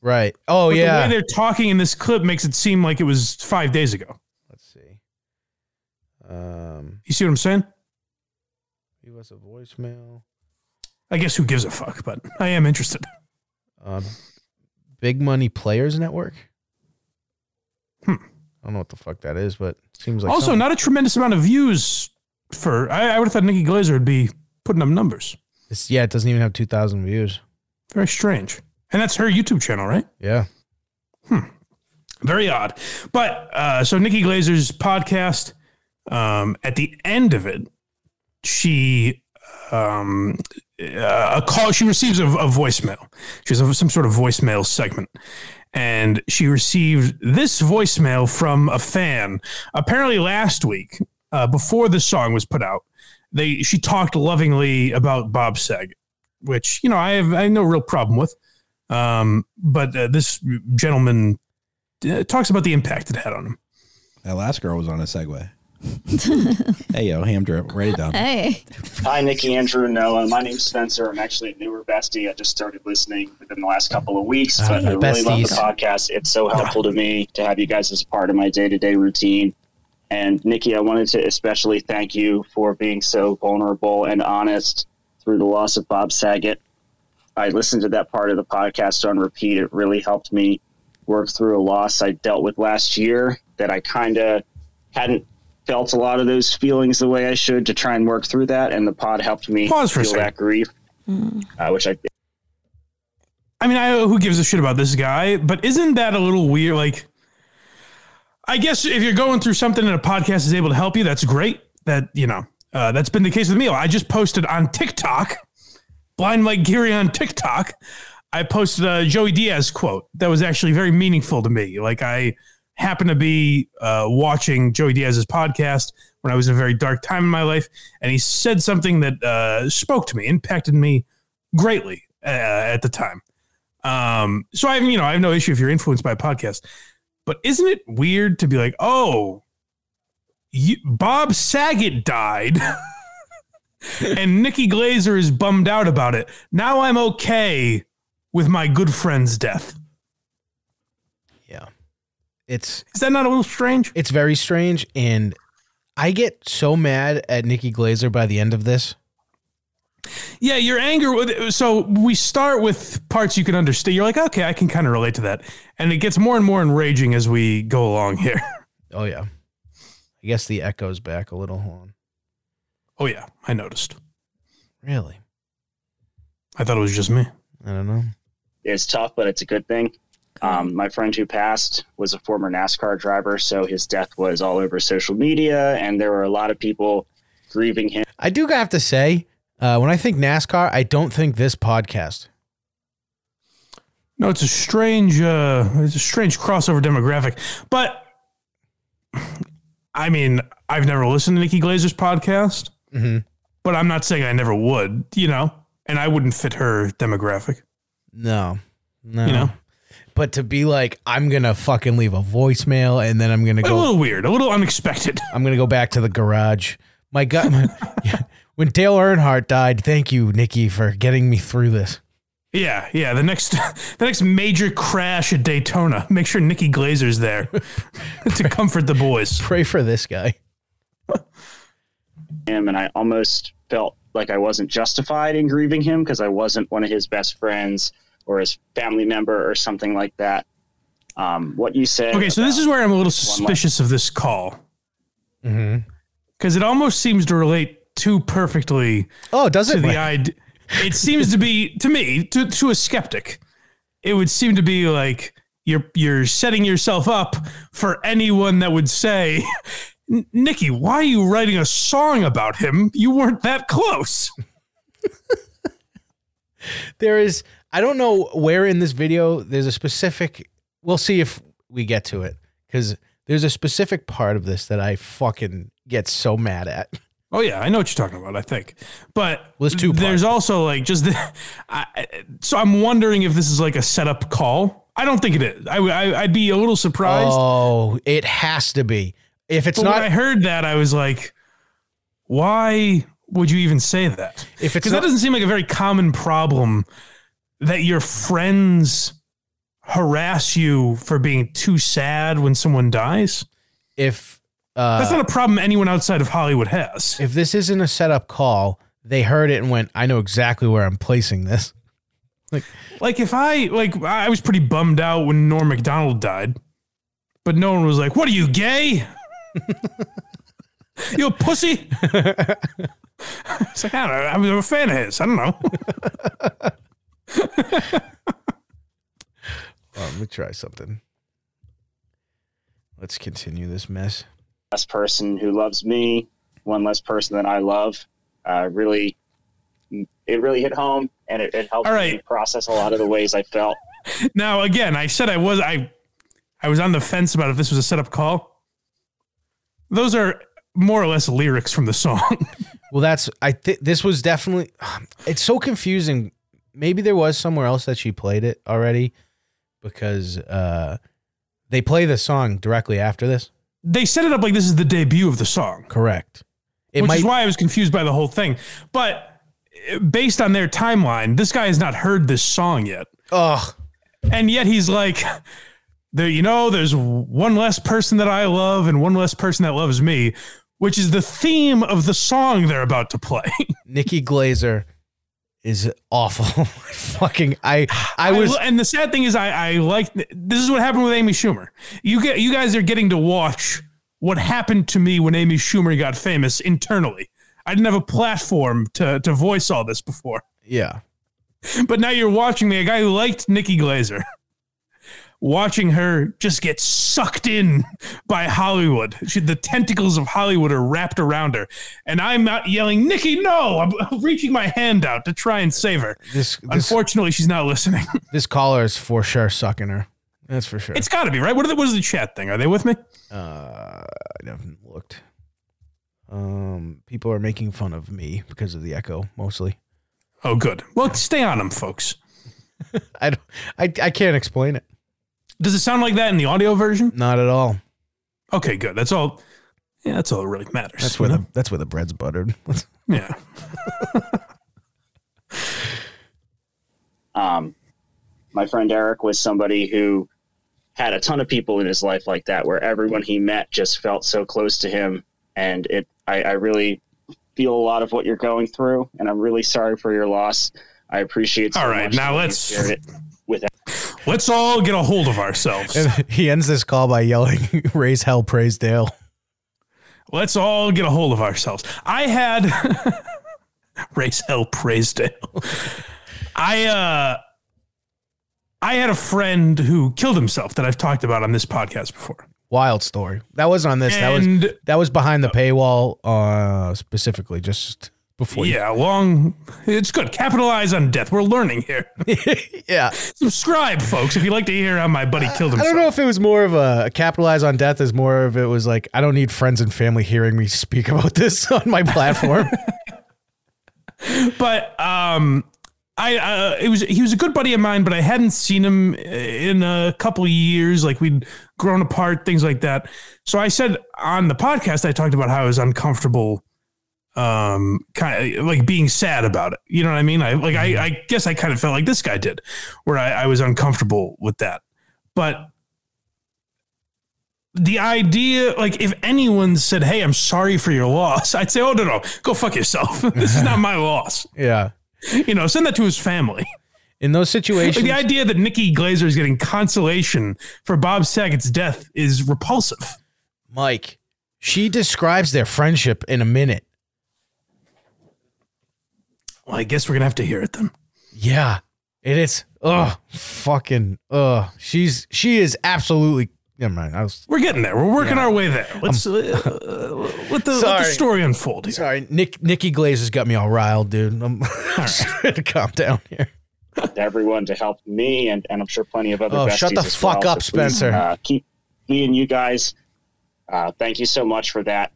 Speaker 1: right. Oh
Speaker 2: But The
Speaker 1: yeah.
Speaker 2: way they're talking in this clip makes it seem like it was five days ago.
Speaker 1: Let's see. Um,
Speaker 2: You see what I'm saying?
Speaker 1: he was a voicemail.
Speaker 2: I guess who gives a fuck, but I am interested.
Speaker 1: Um, Big Money Players Network. Hmm. I don't know what the fuck that is, but it seems like
Speaker 2: also,
Speaker 1: something.
Speaker 2: not a tremendous amount of views for. I, I would have thought Nikki Glazer would be putting up numbers.
Speaker 1: It's, yeah, it doesn't even have two thousand views.
Speaker 2: Very strange. And that's her YouTube channel, right?
Speaker 1: Yeah.
Speaker 2: Very odd. But uh, so Nikki Glazer's podcast, um, at the end of it, she um, uh, a call. She receives a, a voicemail. She has some sort of voicemail segment, and she received this voicemail from a fan. Apparently, last week, uh, before this song was put out, they she talked lovingly about Bob Saget, which you know I have I have no real problem with. Um, but uh, this gentleman uh, talks about the impact it had on him.
Speaker 5: That last girl was on a
Speaker 6: [LAUGHS]
Speaker 5: segue. hey yo, ham drip, write it down.
Speaker 6: Hey.
Speaker 7: Hi, Nikki, Andrew, and Noah. My name's Spencer. I'm actually a newer bestie. I just started listening within the last couple of weeks,
Speaker 1: Ah,
Speaker 7: but I really love the
Speaker 1: besties.
Speaker 7: podcast. It's so helpful to me to have you guys as a part of my day to day routine. And Nikki, I wanted to especially thank you for being so vulnerable and honest through the loss of Bob Saget. I listened to that part of the podcast on repeat. It really helped me work through a loss I dealt with last year that I kind of hadn't felt a lot of those feelings the way I should to try and work through that. And the pod helped me
Speaker 2: Pause for a
Speaker 7: feel
Speaker 2: second.
Speaker 7: that grief, uh, which I
Speaker 2: I mean, I who gives a shit about this guy? But isn't that a little weird? Like, I guess if you're going through something and a podcast is able to help you, that's great. That you know, uh, that's been the case with me. I just posted on TikTok, blind Mike Geary on TikTok. I posted a Joey Diaz quote that was actually very meaningful to me. Like I happened to be uh, watching Joey Diaz's podcast when I was in a very dark time in my life, and he said something that uh, spoke to me, impacted me greatly uh, at the time. Um, so I have, you know, I have no issue if you're influenced by a podcast, but isn't it weird to be like, oh, you, Bob Saget died, [LAUGHS] and Nikki Glazer is bummed out about it. Now I'm okay with my good friend's death.
Speaker 1: Yeah. It's
Speaker 2: Is that not a little strange?
Speaker 1: it's very strange and I get so mad at Nikki Glazer by the end of this.
Speaker 2: Yeah, your anger with so we start with parts you can understand. You're like, okay, I can kind of relate to that. And it gets more and more enraging as we go along here. [LAUGHS]
Speaker 1: Oh yeah. I guess the echo's back a little. Hold on.
Speaker 2: Oh yeah, I noticed.
Speaker 1: Really?
Speaker 2: I thought it was just me.
Speaker 1: I don't know.
Speaker 7: It's tough, but it's a good thing. Um, my friend who passed was a former NASCAR driver, so his death was all over social media, and there were a lot of people grieving him.
Speaker 1: I do have to say, uh, when I think NASCAR, I don't think this podcast.
Speaker 2: No, it's a strange, uh, it's a strange crossover demographic. But I mean, I've never listened to Nikki Glazer's podcast,
Speaker 1: Mhm.
Speaker 2: but I'm not saying I never would, you know. And I wouldn't fit her demographic,
Speaker 1: No. No.
Speaker 2: you know.
Speaker 1: But to be like, I'm gonna fucking leave a voicemail and then I'm gonna
Speaker 2: Like a
Speaker 1: go
Speaker 2: little weird, a little unexpected. [LAUGHS]
Speaker 1: I'm gonna go back to the garage. [LAUGHS] My gut when Dale Earnhardt died, thank you, Nikki, for getting me through this.
Speaker 2: yeah, yeah. The next, [LAUGHS] the next major crash at Daytona. Make sure Nikki Glazer's there [LAUGHS] to comfort the boys.
Speaker 1: Pray for this guy.
Speaker 7: him and I almost felt like I wasn't justified in grieving him because I wasn't one of his best friends or his family member or something like that. Um, what you said.
Speaker 2: Okay, so this
Speaker 7: about-
Speaker 2: is where I'm a little suspicious of this call
Speaker 1: Mm-hmm.
Speaker 2: because it almost seems to relate too perfectly
Speaker 1: Oh, does
Speaker 2: to
Speaker 1: it?
Speaker 2: the idea. It seems to be to me to to a skeptic, it would seem to be like you're you're setting yourself up for anyone that would say, "N- "Nikki, why are you writing a song about him? You weren't that close."
Speaker 1: there is i don't know where in this video there's a specific we'll see if we get to it because there's a specific part of this that i fucking get so mad at
Speaker 2: Oh yeah, I know what you're talking about. I think, but
Speaker 1: Well, it's two
Speaker 2: there's also like just the. [LAUGHS] I, I- so I'm wondering if this is like a setup call. I don't think it is. I, would- I would be a little surprised.
Speaker 1: oh it has to be if it's
Speaker 2: But
Speaker 1: not
Speaker 2: when I heard that, I was like, why would you even say that?
Speaker 1: If it's
Speaker 2: because that
Speaker 1: not-
Speaker 2: doesn't seem like a very common problem that your friends harass you for being too sad when someone dies.
Speaker 1: if uh
Speaker 2: That's not a problem anyone outside of Hollywood has.
Speaker 1: if this isn't a setup call they heard it and went i know exactly where i'm placing this
Speaker 2: Like if I like I was pretty bummed out when Norm Macdonald died, but no one was like, "What are
Speaker 1: [LAUGHS]
Speaker 2: you gay? you a pussy?" [LAUGHS] it's like I don't know. I was a fan of his. I don't know.
Speaker 1: Hold on, let me try something let's continue this mess
Speaker 7: less person who loves me, one less person that I love. Uh, really, it really hit home, and it, it helped
Speaker 2: All
Speaker 7: me
Speaker 2: right.
Speaker 7: process a lot of the ways I felt.
Speaker 2: Now again, I said I was I I was on the fence about if this was a setup call. Those are more or less lyrics from the song. [LAUGHS]
Speaker 1: Well, that's I think this was definitely. [SIGHS] It's so confusing. Maybe there was somewhere else that she played it already, because uh, they play the song directly after this.
Speaker 2: they set it up like this is the debut of the song,
Speaker 1: Correct. It
Speaker 2: which
Speaker 1: might.
Speaker 2: is why I was confused by the whole thing. But eh, based on their timeline, this guy has not heard this song yet,
Speaker 1: Ugh.
Speaker 2: and yet he's like. There, you know, there's one less person that I love and one less person that loves me, which is the theme of the song they're about to play. [LAUGHS]
Speaker 1: Nikki Glazer is awful. [LAUGHS] Fucking. I. I
Speaker 2: I
Speaker 1: was.
Speaker 2: lo- and the sad thing is, I, I like this is what happened with Amy Schumer. You get, you guys are getting to watch what happened to me when Amy Schumer got famous internally. I didn't have a platform to to voice all this before,
Speaker 1: yeah.
Speaker 2: but now you're watching me, a guy who liked Nikki Glazer, watching her just get sucked in by Hollywood. She, the tentacles of Hollywood are wrapped around her, and I'm out yelling, "Nikki, no!" I'm reaching my hand out to try and save her.
Speaker 1: This. This,
Speaker 2: Unfortunately, she's not listening.
Speaker 1: this caller is for sure sucking her. That's for sure.
Speaker 2: It's got to be right. What, are the, what is the chat thing? Are they with me?
Speaker 1: Uh, I haven't looked. Um, people are making fun of me because of the echo, mostly.
Speaker 2: Oh, good. Well, stay on them, folks.
Speaker 1: I, don't- I, I can't explain it.
Speaker 2: Does it sound like that in the audio version?
Speaker 1: Not at all.
Speaker 2: Okay, good. That's all. Yeah, that's all that really matters.
Speaker 1: That's
Speaker 2: you
Speaker 1: where
Speaker 2: know?
Speaker 1: the that's where the bread's buttered. [LAUGHS]
Speaker 2: Yeah.
Speaker 7: Um, my friend Eric was somebody who had a ton of people in his life like that, where everyone he met just felt so close to him, and it. I, I really feel a lot of what you're going through, and I'm really sorry for your loss. I appreciate. So
Speaker 2: All right,
Speaker 7: much
Speaker 2: now
Speaker 7: that you
Speaker 2: let's-
Speaker 7: shared it with.
Speaker 2: Let's all get a hold of ourselves.
Speaker 1: And he ends this call by yelling, [LAUGHS] "Raise hell, praise Dale."
Speaker 2: Let's all get a hold of ourselves. I had [LAUGHS] race hell Praisdale. I uh I had a friend who killed himself that I've talked about on this podcast before.
Speaker 1: Wild story. That wasn't on this. that was
Speaker 2: And
Speaker 1: that was behind the paywall, uh, specifically just before. you-
Speaker 2: yeah, long it's good. Capitalize on death. We're learning here.
Speaker 1: [LAUGHS] yeah.
Speaker 2: Subscribe, folks, if you'd like to hear how my buddy killed
Speaker 1: I
Speaker 2: himself.
Speaker 1: don't know if it was more of a capitalize on death, as more of it was like I don't need friends and family hearing me speak about this [LAUGHS] on my platform.
Speaker 2: but um I uh, it was he was a good buddy of mine, but I hadn't seen him uh, in a couple of years. Like we'd grown apart, things like that. So I said on the podcast, I talked about how I was uncomfortable, um, kind of like being sad about it. You know what I mean? I like I, I guess I kind of felt like this guy did, where I, I was uncomfortable with that. But the idea, like, if anyone said, "Hey, I'm sorry for your loss," [LAUGHS] I'd say, "Oh no, no, go fuck yourself. [LAUGHS] this is not my loss."
Speaker 1: yeah.
Speaker 2: you know, send that to his
Speaker 6: [LAUGHS]
Speaker 2: family.
Speaker 1: In those
Speaker 2: Like
Speaker 1: situations,
Speaker 2: the idea that Nikki Glazer is getting consolation for Bob Saget's death is repulsive.
Speaker 1: Mike, she describes their friendship in a minute.
Speaker 2: Well, I guess we're gonna have to hear it then.
Speaker 1: Yeah, it is. Ugh, fucking. Ugh, she's she is absolutely. Never mind. I was
Speaker 2: We're getting there. We're working our way there. Let's
Speaker 6: Um,
Speaker 2: uh, uh, let, the, let the
Speaker 1: Sorry.
Speaker 2: story unfold. Here.
Speaker 1: sorry. Nick Nikki Glazer's got me all riled, dude. I'm [LAUGHS] just trying to calm down here.
Speaker 7: to everyone to help me and, and I'm sure plenty of other
Speaker 1: Oh,
Speaker 7: besties
Speaker 1: shut the
Speaker 7: as
Speaker 1: fuck
Speaker 7: well.
Speaker 1: up,
Speaker 7: So please,
Speaker 1: Spencer.
Speaker 7: uh, keep being you guys. Uh, thank you so much for that.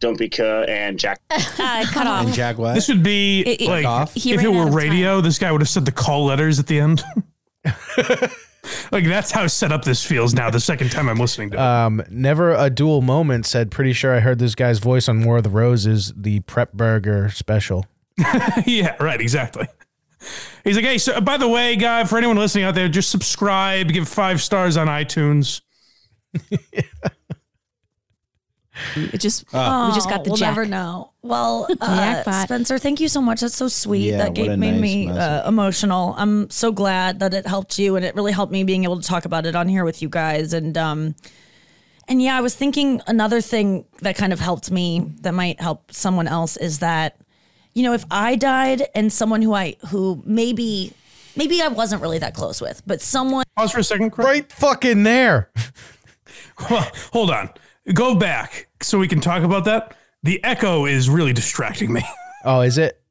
Speaker 7: Don't be cuh and Jack.
Speaker 6: [LAUGHS] Uh, cut off.
Speaker 5: And Jack what?
Speaker 2: This would be
Speaker 6: It- it-
Speaker 2: like
Speaker 6: He
Speaker 2: if
Speaker 6: ran
Speaker 2: it
Speaker 6: out
Speaker 2: were
Speaker 6: of time.
Speaker 2: radio, this guy would have said the call letters at the
Speaker 6: [LAUGHS]
Speaker 2: end. like that's how set up this feels now. The second time I'm listening to it.
Speaker 6: Uh,
Speaker 1: Um, never a dual moment said. Pretty sure I heard this guy's voice on War of the Roses, the prep burger special.
Speaker 2: [LAUGHS] yeah, right, exactly. He's like, hey, so by the way, guy, for anyone listening out there, just subscribe, give five stars on iTunes.
Speaker 6: It just
Speaker 5: Ah.
Speaker 6: we just got the
Speaker 8: Oh, we'll
Speaker 6: jack.
Speaker 8: never know.
Speaker 6: [LAUGHS]
Speaker 8: Well, uh,
Speaker 6: Jackpot.
Speaker 8: Spencer, thank you so much. That's so sweet.
Speaker 5: Yeah,
Speaker 8: that
Speaker 5: what
Speaker 8: gave,
Speaker 5: a
Speaker 8: made
Speaker 5: nice
Speaker 8: me uh,
Speaker 5: message.
Speaker 8: emotional. I'm so glad that it helped you, and it really helped me being able to talk about it on here with you guys. And um, and yeah, I was thinking another thing that kind of helped me that might help someone else is that you know if I died and someone who I who maybe maybe I wasn't really that close with, but someone.
Speaker 2: Pause for a second, Craig.
Speaker 1: Right fucking there. [LAUGHS]
Speaker 2: Well, hold on. Go back so we can talk about that. The echo is really distracting me. [LAUGHS]
Speaker 1: Oh, is it?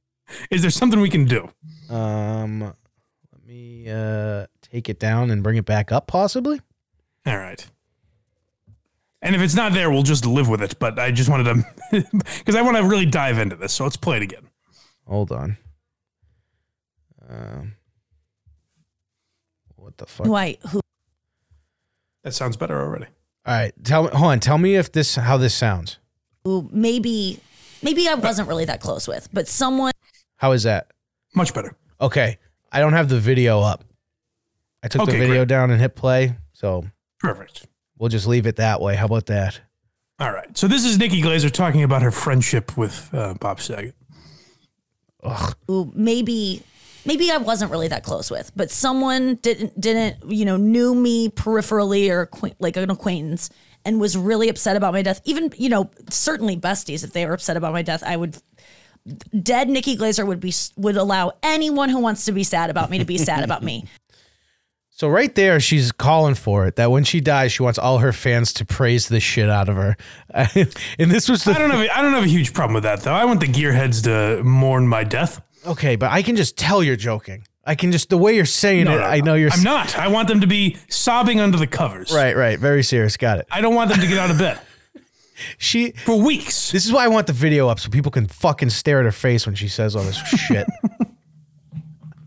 Speaker 2: Is there something we can do?
Speaker 1: Um, let me uh take it down and bring it back up, possibly.
Speaker 2: All right. And if it's not there, we'll just live with it. But I just wanted to, [LAUGHS] because I want to really dive into this. So let's play it again.
Speaker 1: Hold on. Um, what the fuck?
Speaker 8: Who
Speaker 1: All
Speaker 8: I who
Speaker 2: That sounds better already.
Speaker 1: right, tell me. Hold on, tell me if this how this sounds.
Speaker 8: who maybe maybe I wasn't really that close with, but someone
Speaker 1: How is that?
Speaker 2: Much better.
Speaker 1: Okay, I don't have the video up. I took
Speaker 2: Okay,
Speaker 1: the video
Speaker 2: great.
Speaker 1: down and hit play, so
Speaker 2: Perfect.
Speaker 1: we'll just leave it that way. How about that?
Speaker 2: All right. So this is Nikki Glazer talking about her friendship with uh, Bob Saget.
Speaker 8: who maybe maybe I wasn't really that close with, but someone didn't didn't you know knew me peripherally or acquaint, like an acquaintance and was really upset about my death. Even you know certainly besties if they were upset about my death, I would. Dead Nikki Glazer would be would allow anyone who wants to be sad about me to be sad about me.
Speaker 1: So right there, she's calling for it. That when she dies, she wants all her fans to praise the shit out of her. [LAUGHS] and this was the
Speaker 2: I don't have a, I don't have a huge problem with that though. I want the gearheads to mourn my death.
Speaker 1: okay, but I can just tell you're joking. I can just the way you're saying it.
Speaker 2: No, no,
Speaker 1: I
Speaker 2: no.
Speaker 1: know you're
Speaker 2: I'm not. I want them to be sobbing under the covers.
Speaker 1: right, right. Very serious. Got it.
Speaker 2: I don't want them to get out of bed
Speaker 1: She
Speaker 2: [LAUGHS] for weeks.
Speaker 1: This is why I want the video up so people can fucking stare at her face when she says all this shit. [LAUGHS]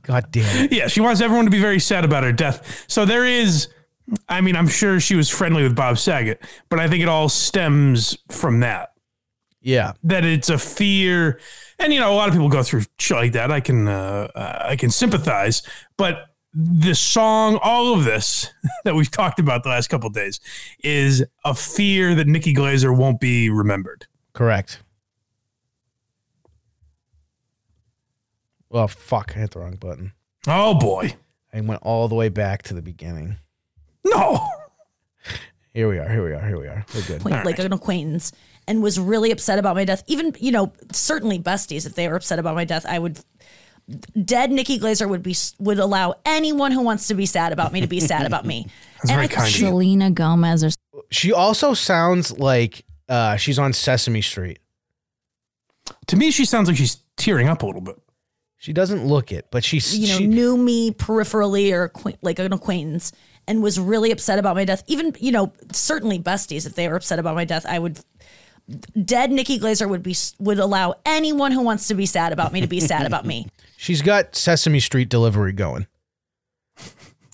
Speaker 1: God damn it.
Speaker 2: Yeah, she wants everyone to be very sad about her death. So there is I mean, I'm sure she was friendly with Bob Saget, but I think it all stems from that.
Speaker 1: Yeah.
Speaker 2: That it's a fear, and you know, a lot of people go through shit like that. I can, uh, uh, I can sympathize, but the song, all of this [LAUGHS] that we've talked about the last couple of days, is a fear that Nikki Glazer won't be remembered.
Speaker 1: Correct. Well, fuck, I hit the wrong button.
Speaker 2: Oh boy,
Speaker 1: I went all the way back to the beginning.
Speaker 2: no. [LAUGHS]
Speaker 1: Here we are. Here we are. Here we are. We're good.
Speaker 8: point,
Speaker 2: All
Speaker 8: like
Speaker 2: right.
Speaker 8: an acquaintance, and was really upset about my death. Even you know, certainly besties, if they were upset about my death, I would. Dead Nikki Glazer would be would allow anyone who wants to be sad about me to be sad about me.
Speaker 2: [LAUGHS] That's very kind of you.
Speaker 6: Selena Gomez or
Speaker 1: She also sounds like uh, she's on Sesame Street.
Speaker 2: To me, she sounds like she's tearing up a little bit.
Speaker 1: She doesn't look it, but she's
Speaker 8: you know
Speaker 1: she,
Speaker 8: knew me peripherally or acquaint- like an acquaintance and was really upset about my death even you know certainly besties if they were upset about my death i would dead nikki glazer would be would allow anyone who wants to be sad about me to be sad about me
Speaker 1: she's got Sesame Street delivery going.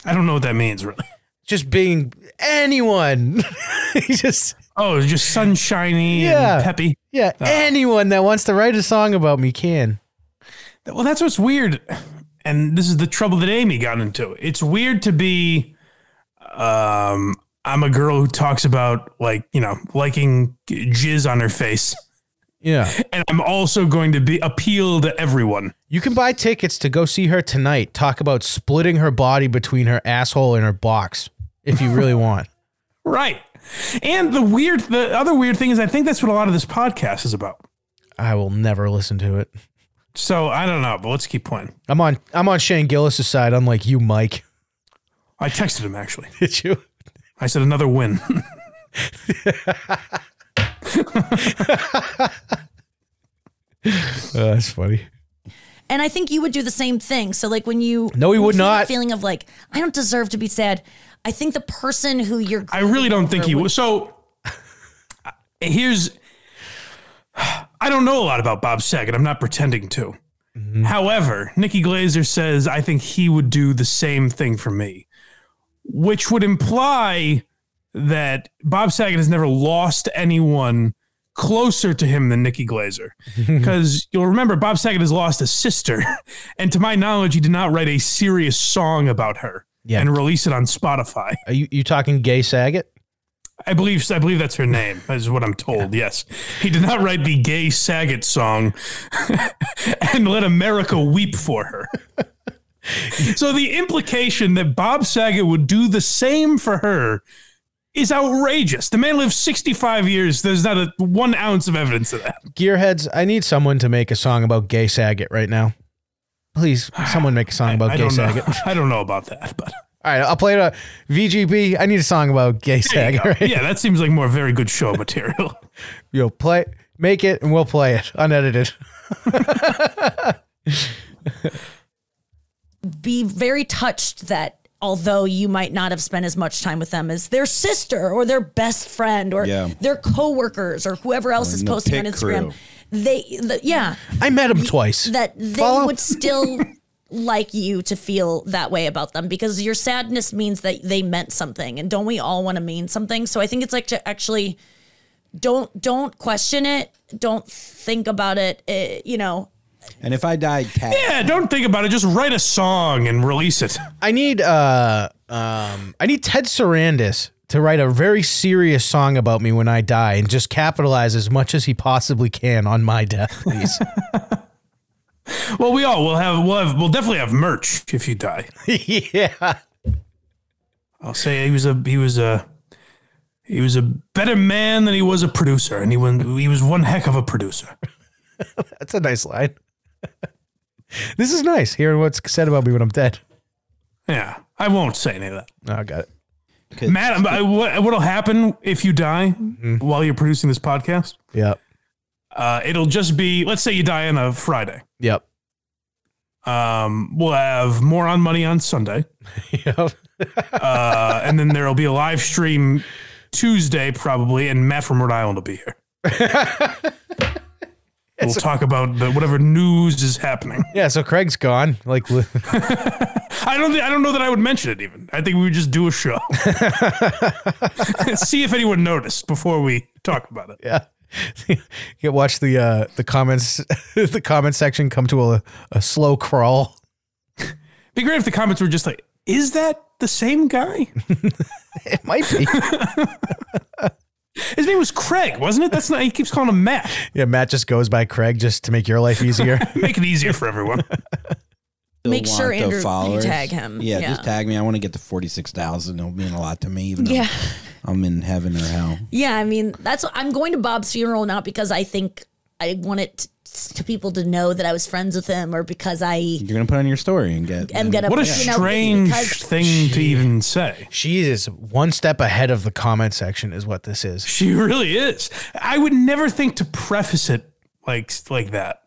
Speaker 2: I don't know what that means, really.
Speaker 1: Just being anyone, [LAUGHS] just
Speaker 2: Oh, it's just sunshiny
Speaker 1: Yeah.
Speaker 2: and peppy.
Speaker 1: yeah, anyone that wants to write a song about me can.
Speaker 2: Well, that's what's weird. And this is the trouble that Amy got into. It's weird to be um I'm a girl who talks about like, you know, liking jizz on her face. [LAUGHS]
Speaker 1: Yeah,
Speaker 2: And I'm also going to be appeal to everyone.
Speaker 1: [LAUGHS] you can buy tickets to go see her tonight. Talk about splitting her body between her asshole and her box if you really want.
Speaker 2: Right. And the weird the other weird thing is I think that's what a lot of this podcast is about.
Speaker 1: I will never listen to it.
Speaker 2: So I don't know, but let's keep playing.
Speaker 1: I'm on I'm on Shane Gillis' side, unlike you, Mike. [LAUGHS]
Speaker 2: I texted him actually.
Speaker 1: Did you?
Speaker 2: I said another win. [LAUGHS]
Speaker 1: Uh, that's funny.
Speaker 8: and i think you would do the same thing so like when you
Speaker 1: No, he
Speaker 8: when you
Speaker 1: would
Speaker 8: feel
Speaker 1: not.
Speaker 8: the feeling of like i don't deserve to be sad i think the person who you're
Speaker 2: I really don't think he would. So [SIGHS] here's, I don't know a lot about Bob Saget. I'm not pretending to. However, Nikki Glazer says I think he would do the same thing for me, which would imply that Bob Saget has never lost anyone closer to him than Nikki Glazer. Because you'll remember Bob Saget has lost a sister, [LAUGHS] and to my knowledge, he did not write a serious song about her
Speaker 1: Yeah.
Speaker 2: and release it on Spotify.
Speaker 1: Are you you talking gay Saget?
Speaker 2: I believe I believe that's her name. Is what I'm told. Yes, he did not write the gay Saget song [LAUGHS] and let America weep for
Speaker 1: [LAUGHS]
Speaker 2: her. so the implication that Bob Saget would do the same for her is outrageous. The man lived 65 years. There's not a one ounce of evidence of that.
Speaker 1: Gearheads, I need someone to make a song about gay Saget right now. Please, someone make a song about
Speaker 2: [SIGHS] I
Speaker 1: gay
Speaker 2: don't know. [LAUGHS]
Speaker 1: Saget. All
Speaker 2: I don't know about
Speaker 1: [LAUGHS]
Speaker 2: that, but
Speaker 1: right, I'll play it. Uh, VGB, I need a song about gay
Speaker 2: There you
Speaker 1: Saget.
Speaker 2: go.
Speaker 1: Right?
Speaker 2: yeah, that seems like more very good show material.
Speaker 1: [LAUGHS] You'll play, make it, and we'll play it unedited.
Speaker 8: be very touched that although you might not have spent as much time with them as their sister or their best friend or
Speaker 5: Yeah.
Speaker 8: their coworkers or whoever else is
Speaker 5: in the
Speaker 8: posting on
Speaker 5: pit
Speaker 8: Instagram,
Speaker 5: crew.
Speaker 8: they the, yeah
Speaker 1: I met him twice.
Speaker 8: that they
Speaker 1: Follow? [LAUGHS]
Speaker 8: would still like you to feel that way about them because your sadness means that they meant something and don't we all want to mean something so i think it's like to actually don't don't question it don't think about it, eh, you know
Speaker 5: And if I died, cat.
Speaker 2: yeah, don't think about it. Just write a song and release it.
Speaker 1: I need uh um I need Ted Sarandis to write a very serious song about me when I die and just capitalize as much as he possibly can on my death,
Speaker 2: [LAUGHS]
Speaker 1: please. [LAUGHS]
Speaker 2: Well, we all will have we'll have we'll definitely have merch if you die.
Speaker 1: yeah.
Speaker 2: I'll say he was a he was a he was a better man than he was a producer, and he won, he was one heck of a producer.
Speaker 1: That's a nice line. [LAUGHS] this is nice hearing what's said about me when I'm dead.
Speaker 2: Yeah, I won't say any of that.
Speaker 1: Oh, I got it.
Speaker 2: Matt, I, what what'll happen if you die while you're producing this podcast?
Speaker 1: Yep.
Speaker 2: Uh, it'll just be let's say you die on a Friday.
Speaker 1: Yep.
Speaker 2: Um, we'll have more on money on Sunday,
Speaker 1: [LAUGHS] Yep.
Speaker 2: uh, and then there'll be a live stream Tuesday probably, and Matt from Rhode Island will be here. we'll talk about the, whatever news is happening.
Speaker 1: Yeah, so Craig's gone. Like, li- [LAUGHS]
Speaker 2: I don't. Th- I don't know that I would mention it. Even I think we would just do a show, [LAUGHS] see if anyone noticed before we talk about it.
Speaker 1: yeah, [LAUGHS] you watch the uh, the comments, [LAUGHS] the comment section come to a, a slow crawl. [LAUGHS]
Speaker 2: Be great if the comments were just like, "Is that the same guy?
Speaker 1: It might be.
Speaker 2: His name was Craig, wasn't it? That's not. He keeps calling him Matt.
Speaker 1: [LAUGHS] yeah, Matt just goes by Craig just to make your life [LAUGHS] easier.
Speaker 2: Make it easier for
Speaker 8: [LAUGHS]
Speaker 2: everyone.
Speaker 5: Still
Speaker 6: Make
Speaker 5: want
Speaker 6: sure,
Speaker 5: the
Speaker 6: Andrew, you
Speaker 5: followers.
Speaker 6: tag him.
Speaker 5: Yeah,
Speaker 6: Yeah.
Speaker 5: just tag me. I want to get to forty six thousand. It'll mean a lot to me, even though
Speaker 6: Yeah.
Speaker 5: I'm in heaven or hell.
Speaker 8: Yeah, I mean, that's I'm going to Bob's funeral not because I think I want it to, to people to know that I was friends with him or because I
Speaker 5: You're gonna put on your story and get.
Speaker 8: am gonna.
Speaker 2: Mm-hmm. What a
Speaker 8: you know,
Speaker 2: strange
Speaker 8: because-
Speaker 2: thing to even say.
Speaker 1: she is one step ahead of the comment section, is what this is.
Speaker 2: She really is. I would never think to preface it like like that.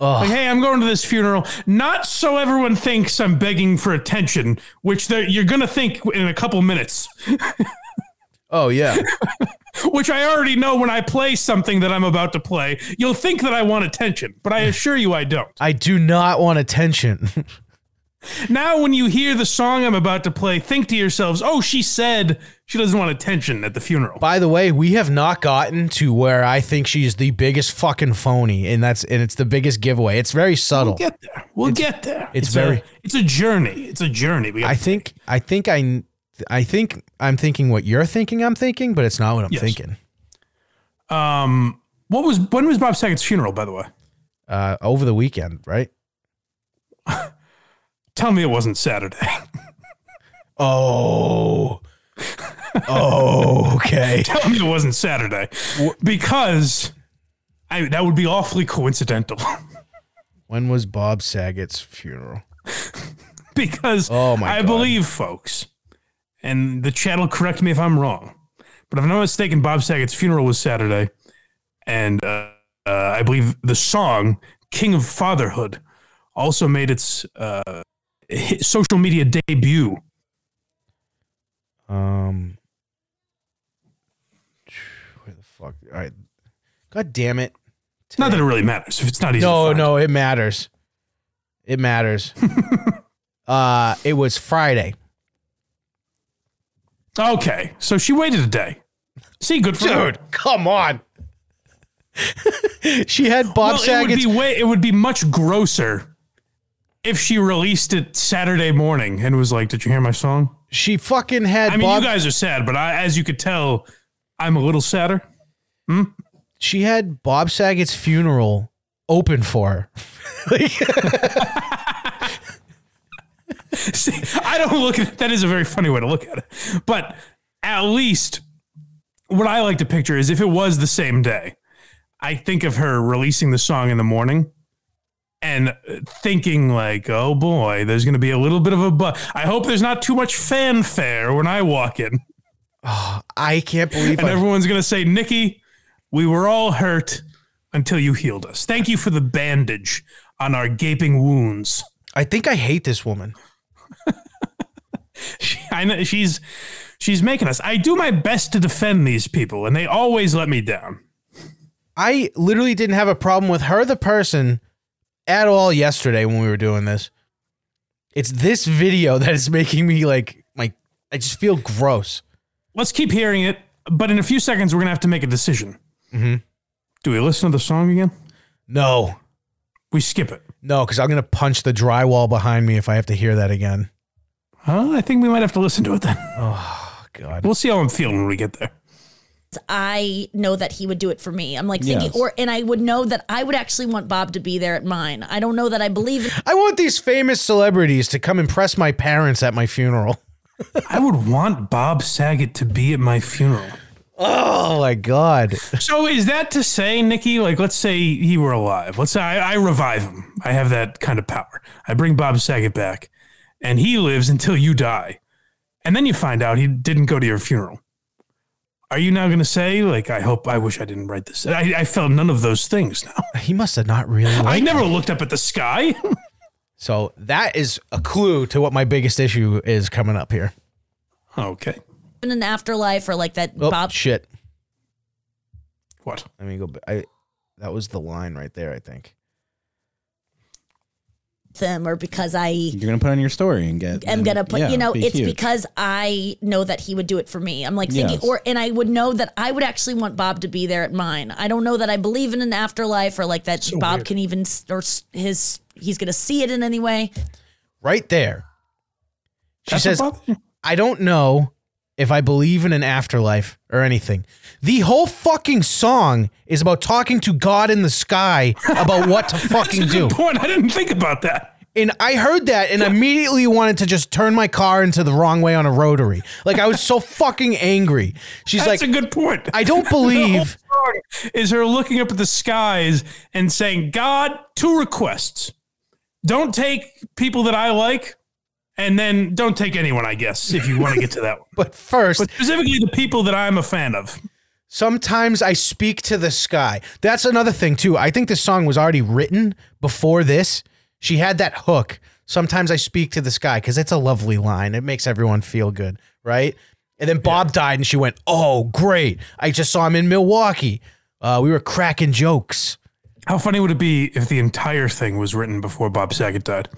Speaker 2: Like, hey, I'm going to this funeral, not so everyone thinks I'm begging for attention, which they're- you're going to think in a couple minutes,
Speaker 1: Oh yeah,
Speaker 2: which I already know when I play something that I'm about to play. You'll think that I want attention, but I assure you I don't.
Speaker 1: [LAUGHS] I do not want attention. [LAUGHS]
Speaker 2: Now, when you hear the song I'm about to play, think to yourselves, oh, she said she doesn't want attention at the funeral.
Speaker 1: By the way, we have not gotten to where I think she's the biggest fucking phony, and that's and it's the biggest giveaway. It's very subtle.
Speaker 2: We'll get there. We'll get there.
Speaker 1: it's
Speaker 2: a-
Speaker 1: very-
Speaker 2: it's a journey. It's a journey. We
Speaker 1: I think I think I I think I'm thinking what you're thinking. I'm thinking, but it's not what I'm
Speaker 2: Yes.
Speaker 1: thinking.
Speaker 2: Um, what was when was Bob Saget's funeral? By the way,
Speaker 1: Uh, over the weekend, right?
Speaker 2: tell me it wasn't Saturday. [LAUGHS]
Speaker 1: [LAUGHS] Oh, oh, okay.
Speaker 2: tell me it wasn't Saturday because I that would be awfully coincidental. [LAUGHS]
Speaker 1: When was Bob Saget's funeral?
Speaker 2: [LAUGHS] because
Speaker 1: Oh, my
Speaker 2: I
Speaker 1: God.
Speaker 2: believe, folks, and the chat will correct me if I'm wrong, but if I'm not mistaken, Bob Saget's funeral was Saturday, and uh, uh, I believe the song "King of Fatherhood" also made its uh, hit- social media debut.
Speaker 1: Um, where the fuck? All right. God damn it.
Speaker 2: Not that it really matters if it's not easy. to
Speaker 1: No,
Speaker 2: find.
Speaker 1: no, it matters. It
Speaker 2: [LAUGHS]
Speaker 1: matters. uh, it was Friday.
Speaker 2: Okay, so she waited a day. See, good for her.
Speaker 1: Dude, come on. [LAUGHS] she had Bob
Speaker 2: Well, it would
Speaker 1: Saget's.
Speaker 2: be way, it would be much grosser if she released it Saturday morning and was like, "Did you hear my song?"
Speaker 1: she fucking had
Speaker 2: I mean,
Speaker 1: Bob.
Speaker 2: you guys are sad, but I, as you could tell, I'm a little sadder. [LAUGHS]
Speaker 1: she had Bob Saget's funeral open for her. [LAUGHS] like,
Speaker 2: See, I don't look at that is a very funny way to look at it, but at least what I like to picture is if it was the same day, I think of her releasing the song in the morning and thinking like, oh boy, there's going to be a little bit of a but. I hope there's not too much fanfare when I walk in,
Speaker 1: I can't believe.
Speaker 2: and
Speaker 1: I,
Speaker 2: everyone's going to say, Nikki, we were all hurt until you healed us. Thank you for the bandage on our gaping wounds. [LAUGHS]
Speaker 1: I think I hate this woman.
Speaker 2: She, I know she's she's making us. I do my best to defend these people, and they always let me down.
Speaker 1: I literally didn't have a problem with her, the person, at all yesterday when we were doing this. It's this video [LAUGHS] that is making me like, like I just feel gross.
Speaker 2: Let's keep hearing it, but in a few seconds we're gonna have to make a decision.
Speaker 1: Mm-hmm.
Speaker 2: Do we listen to the song again?
Speaker 1: No,
Speaker 2: We skip it.
Speaker 1: No, because I'm gonna punch the drywall behind me if I have to hear that again.
Speaker 2: Huh? I think we might have to listen to it then.
Speaker 1: [LAUGHS] Oh God.
Speaker 2: We'll see how I'm feeling when we get there.
Speaker 8: I know that he would do it for me. I'm like thinking,
Speaker 5: Yes.
Speaker 8: or and I would know that I would actually want Bob to be there at mine. I don't know that I believe in
Speaker 1: I want these famous celebrities to come impress my parents at my funeral. [LAUGHS]
Speaker 2: I would want Bob Saget to be at my funeral.
Speaker 1: Oh my God. [LAUGHS]
Speaker 2: So is that to say, Nikki? Like, let's say he were alive. Let's say I, I revive him. I have that kind of power. I bring Bob Saget back, and he lives until you die, and then you find out he didn't go to your funeral. Are you now going to say, like, I hope, I wish I didn't write this? I, I felt none of those things. Now [LAUGHS]
Speaker 1: He must have not really
Speaker 2: I
Speaker 1: liked
Speaker 2: never looked up at the sky. [LAUGHS]
Speaker 1: So that is a clue to what my biggest issue is coming up here.
Speaker 2: okay,
Speaker 8: an afterlife or like that
Speaker 1: Oh
Speaker 8: Bob
Speaker 1: shit.
Speaker 2: what?
Speaker 1: Let me go back. I That was the line right there, I think.
Speaker 8: them or because I
Speaker 5: You're gonna put on your story and get.
Speaker 8: am gonna put
Speaker 5: yeah,
Speaker 8: you know
Speaker 5: be
Speaker 8: it's
Speaker 5: huge.
Speaker 8: because I know that he would do it for me. I'm like thinking
Speaker 5: Yes.
Speaker 8: or and I would know that I would actually want Bob to be there at mine. I don't know that I believe in an afterlife or like that Bob
Speaker 2: weird.
Speaker 8: can even s- or s- his he's gonna see it in any way.
Speaker 1: Right there. She
Speaker 2: That's
Speaker 1: says,
Speaker 2: what bothers you?
Speaker 1: I don't know if I believe in an afterlife or anything. The whole fucking song is about talking to God in the sky about what to fucking
Speaker 2: [LAUGHS] That's a
Speaker 1: do.
Speaker 2: good point. I didn't think about that.
Speaker 1: And I heard that and immediately wanted to just turn my car into the wrong way on a rotary. Like I was so fucking angry. She's
Speaker 2: That's
Speaker 1: like,
Speaker 2: a good point.
Speaker 1: I
Speaker 2: [LAUGHS]
Speaker 1: don't believe.
Speaker 2: The whole song is her looking up at the skies and saying, God, two requests. Don't take people that I like, and then don't take anyone, I guess, if you want to get to that one.
Speaker 1: [LAUGHS] But first,
Speaker 2: But specifically the people that I'm a fan of.
Speaker 1: sometimes I speak to the sky. That's another thing too. I think this song was already written before this. She had that hook. Sometimes I speak to the sky because it's a lovely line. It makes everyone feel good, right? And then Bob died, and she went, "Oh, great! I just saw him in Milwaukee. Uh, we were cracking jokes."
Speaker 2: How funny would it be if the entire thing was written before Bob Saget died?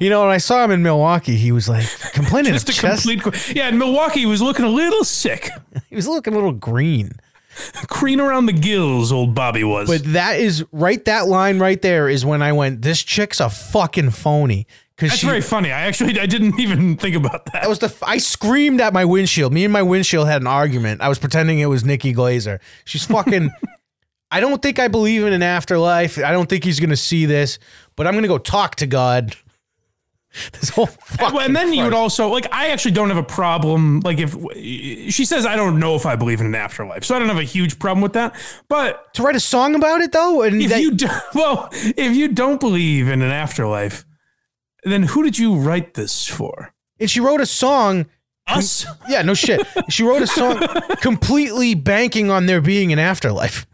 Speaker 1: You know, when I saw him in Milwaukee, he was [LAUGHS] like complaining
Speaker 2: Just a
Speaker 1: of chest.
Speaker 2: complete. qu- Yeah, and Milwaukee was looking a little sick. [LAUGHS]
Speaker 1: he was looking a little green.
Speaker 2: Crean around the gills, old Bobby was.
Speaker 1: But that is right. That line right there is when I went. This chick's a fucking phony. Because
Speaker 2: That's
Speaker 1: she
Speaker 2: very funny. I actually I didn't even think about that.
Speaker 1: That was the. F- I screamed at my windshield. Me and my windshield had an argument. I was pretending it was Nikki Glazer. She's fucking. [LAUGHS] I don't think I believe in an afterlife. I don't think he's gonna see this, but I'm gonna go talk to God. [LAUGHS] This whole fucking.
Speaker 2: Well, and then you would
Speaker 1: Christ.
Speaker 2: also like I actually don't have a problem like if she says I don't know if I believe in an afterlife. So I don't have a huge problem with that. But
Speaker 1: to write a song about it though, and
Speaker 2: if
Speaker 1: that-
Speaker 2: you do, [LAUGHS] well, if you don't believe in an afterlife, then who did you write this for?
Speaker 1: and she wrote a song.
Speaker 2: Us? [LAUGHS]
Speaker 1: Yeah, no shit. she wrote a song completely banking on there being an afterlife.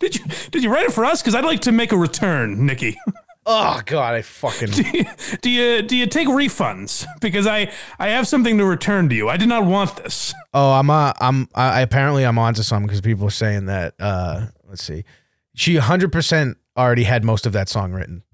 Speaker 2: Did you did you write it for us? Because I'd like to make a return, Nikki. [LAUGHS]
Speaker 1: Oh god, I fucking.
Speaker 2: do you do you take refunds? [LAUGHS] Because I I have something to return to you. I did not want this.
Speaker 1: Oh, I'm uh, I'm I I- apparently I'm onto something because people are saying that. Uh, let's see, she 100 percent already had most of that song written.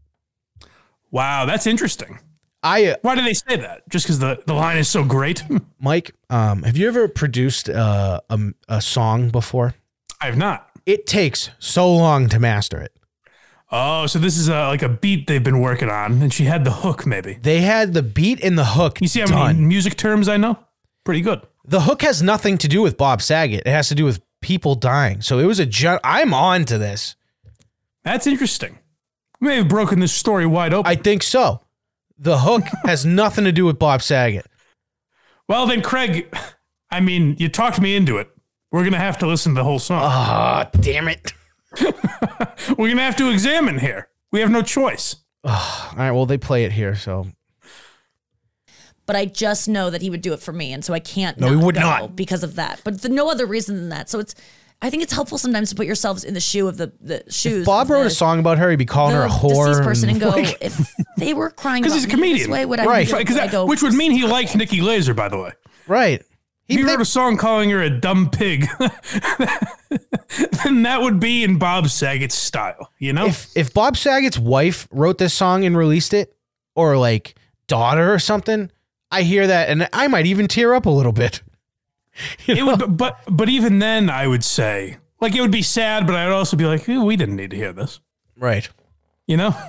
Speaker 2: Wow, that's interesting.
Speaker 1: I uh,
Speaker 2: Why do they say that? Just because the, the line is so great? [LAUGHS]
Speaker 1: Mike, um, have you ever produced uh, a a song before?
Speaker 2: I have not.
Speaker 1: It takes so long to master it.
Speaker 2: Oh, so this is uh like a beat they've been working on, and she had the hook, maybe.
Speaker 1: They had the beat and the hook.
Speaker 2: You see how
Speaker 1: done.
Speaker 2: many music terms I know? Pretty good.
Speaker 1: the hook has nothing to do with Bob Saget. It has to do with people dying. So it was a. Ju- I'm on to this.
Speaker 2: That's interesting. We may have broken this story wide open.
Speaker 1: I think so. The hook has nothing to do with Bob Saget.
Speaker 2: well, then, Craig, I mean, you talked me into it. We're going to have to listen to the whole song.
Speaker 1: Ah, damn it.
Speaker 2: We're going to have to examine here. We have no choice.
Speaker 1: All right. Well, they play it here, so
Speaker 8: But I just know that he would do it for me, and so I can't.
Speaker 1: No, he would
Speaker 8: go
Speaker 1: not.
Speaker 8: because of that. But the, no other reason than that. So it's. I think it's helpful sometimes to put yourselves in the shoe of the the shoes.
Speaker 1: If Bob
Speaker 8: of
Speaker 1: wrote
Speaker 8: the-
Speaker 1: a song about her, he'd be calling her a
Speaker 8: the
Speaker 1: whore.
Speaker 8: deceased
Speaker 2: [LAUGHS]
Speaker 8: person and go,
Speaker 2: Oh
Speaker 1: like,
Speaker 8: if they were crying
Speaker 2: Because
Speaker 8: about
Speaker 2: he's a
Speaker 8: me this
Speaker 2: comedian.
Speaker 8: way, would I
Speaker 1: Right.
Speaker 8: feel-
Speaker 2: Right, 'cause
Speaker 8: would I
Speaker 2: that-
Speaker 8: go,
Speaker 2: which would mean he liked Nikki Glazer, by the way.
Speaker 1: right.
Speaker 2: If he
Speaker 1: He
Speaker 2: wrote a
Speaker 1: picked-
Speaker 2: song calling her a dumb pig, [LAUGHS] then that would be in Bob Saget's style, you
Speaker 8: "Oh."
Speaker 2: know?
Speaker 1: if, if Bob Saget's wife wrote this song and released it, or like daughter or something, I hear that and I might even tear up a little bit.
Speaker 2: It would, but but even then, I would say like it would be sad, but I would also be like, "Eh, we didn't need to hear this,
Speaker 1: Right.
Speaker 2: you know. [LAUGHS]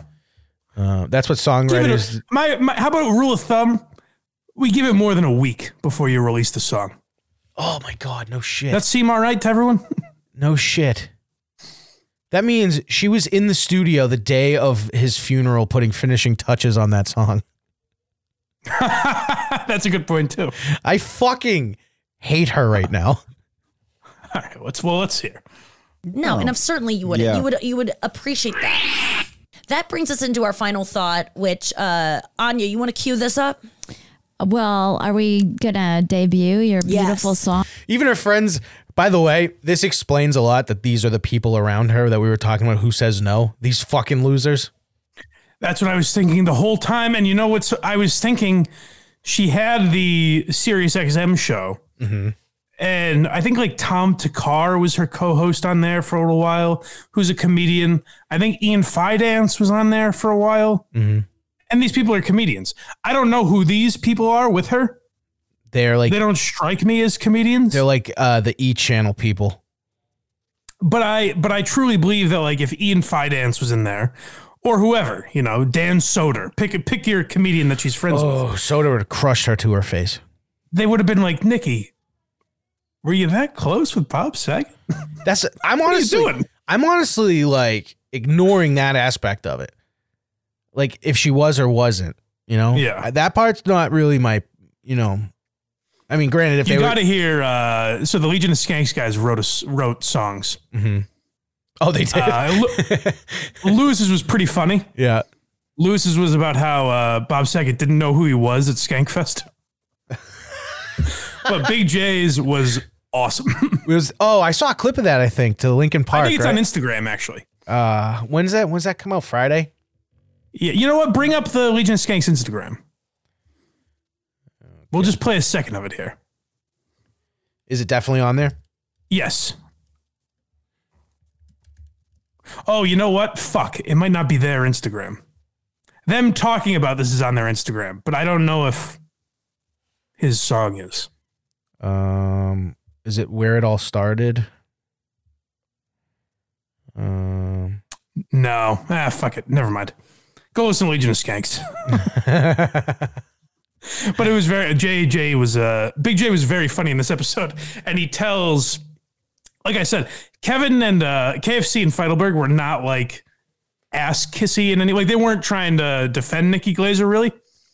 Speaker 1: Uh, that's what
Speaker 2: Give it a-
Speaker 1: songwriters.
Speaker 2: my, my how about a rule of thumb? We give it more than a week before you release the song.
Speaker 1: oh my God! No shit.
Speaker 2: That seem all right to everyone? [LAUGHS]
Speaker 1: no shit. That means she was in the studio the day of his funeral, putting finishing touches on that song.
Speaker 2: That's a good point too.
Speaker 1: I fucking hate her right now.
Speaker 2: All right, let's well let's hear.
Speaker 8: No, and of certainly you would.
Speaker 5: Yeah.
Speaker 8: You would. You would appreciate that. That brings us into our final thought, which uh, Anya, you want to cue this up?
Speaker 6: Well, are we gonna debut your
Speaker 8: Yes.
Speaker 6: beautiful song?
Speaker 1: Even her friends, by the way, this explains a lot that these are the people around her that we were talking about who says no. These fucking losers.
Speaker 2: That's what I was thinking the whole time. And you know what's I was thinking? She had the Sirius XM show, and I think like Tom Takar was her co-host on there for a little while, who's a comedian. I think Ian Fidance was on there for a while, and these people are comedians. I don't know who these people are with her.
Speaker 1: They're like
Speaker 2: They don't strike me as comedians.
Speaker 1: they're like uh, the E Channel people.
Speaker 2: but I but I truly believe that like if Ian Fidance was in there, or whoever, you know, Dan Soder, pick pick your comedian that she's friends with,
Speaker 1: Oh, Soda would have crushed her to her face.
Speaker 2: they would have been like, Nikki, were you that close with Bob Saget?
Speaker 1: That's I'm
Speaker 2: are you
Speaker 1: honestly
Speaker 2: doing?
Speaker 1: I'm honestly like ignoring that aspect of it. Like if she was or wasn't, you know? Uh,
Speaker 2: Yeah.
Speaker 1: That part's not really my you know I mean granted if
Speaker 2: You
Speaker 1: they
Speaker 2: got to
Speaker 1: were,
Speaker 2: hear. Uh, so the Legion of Skanks guys wrote us wrote songs.
Speaker 1: Oh they did.
Speaker 2: Uh,
Speaker 1: [LAUGHS]
Speaker 2: Lu- Lewis's was pretty funny.
Speaker 1: yeah.
Speaker 2: Lewis's was about how uh, Bob Saget didn't know who he was
Speaker 1: [LAUGHS]
Speaker 2: at Skankfest. but Big J's was awesome. [LAUGHS]
Speaker 1: It was oh, I saw a clip of that I think to Lincoln Park.
Speaker 2: I think it's
Speaker 1: right?
Speaker 2: on Instagram actually.
Speaker 1: uh when's that when's that come out? Friday?
Speaker 2: Yeah, you know what? Bring up the Legion of Skanks Instagram. We'll just play a second of it here.
Speaker 1: Is it definitely on there?
Speaker 2: Yes. Oh, you know what? Fuck. It might not be their Instagram. Them talking about this is on their Instagram, but I don't know if his song is.
Speaker 1: Um, is it where it all started? Um, [LAUGHS]
Speaker 2: No. Ah, fuck it. Never mind. Go listen to Legion of Skanks. [LAUGHS] but it was very JJ was uh Big J was very funny in this episode, and he tells, like I said, Kevin and uh, KFC and Feidelberg were not like ass kissy in any like they weren't trying to defend Nikki Glazer really,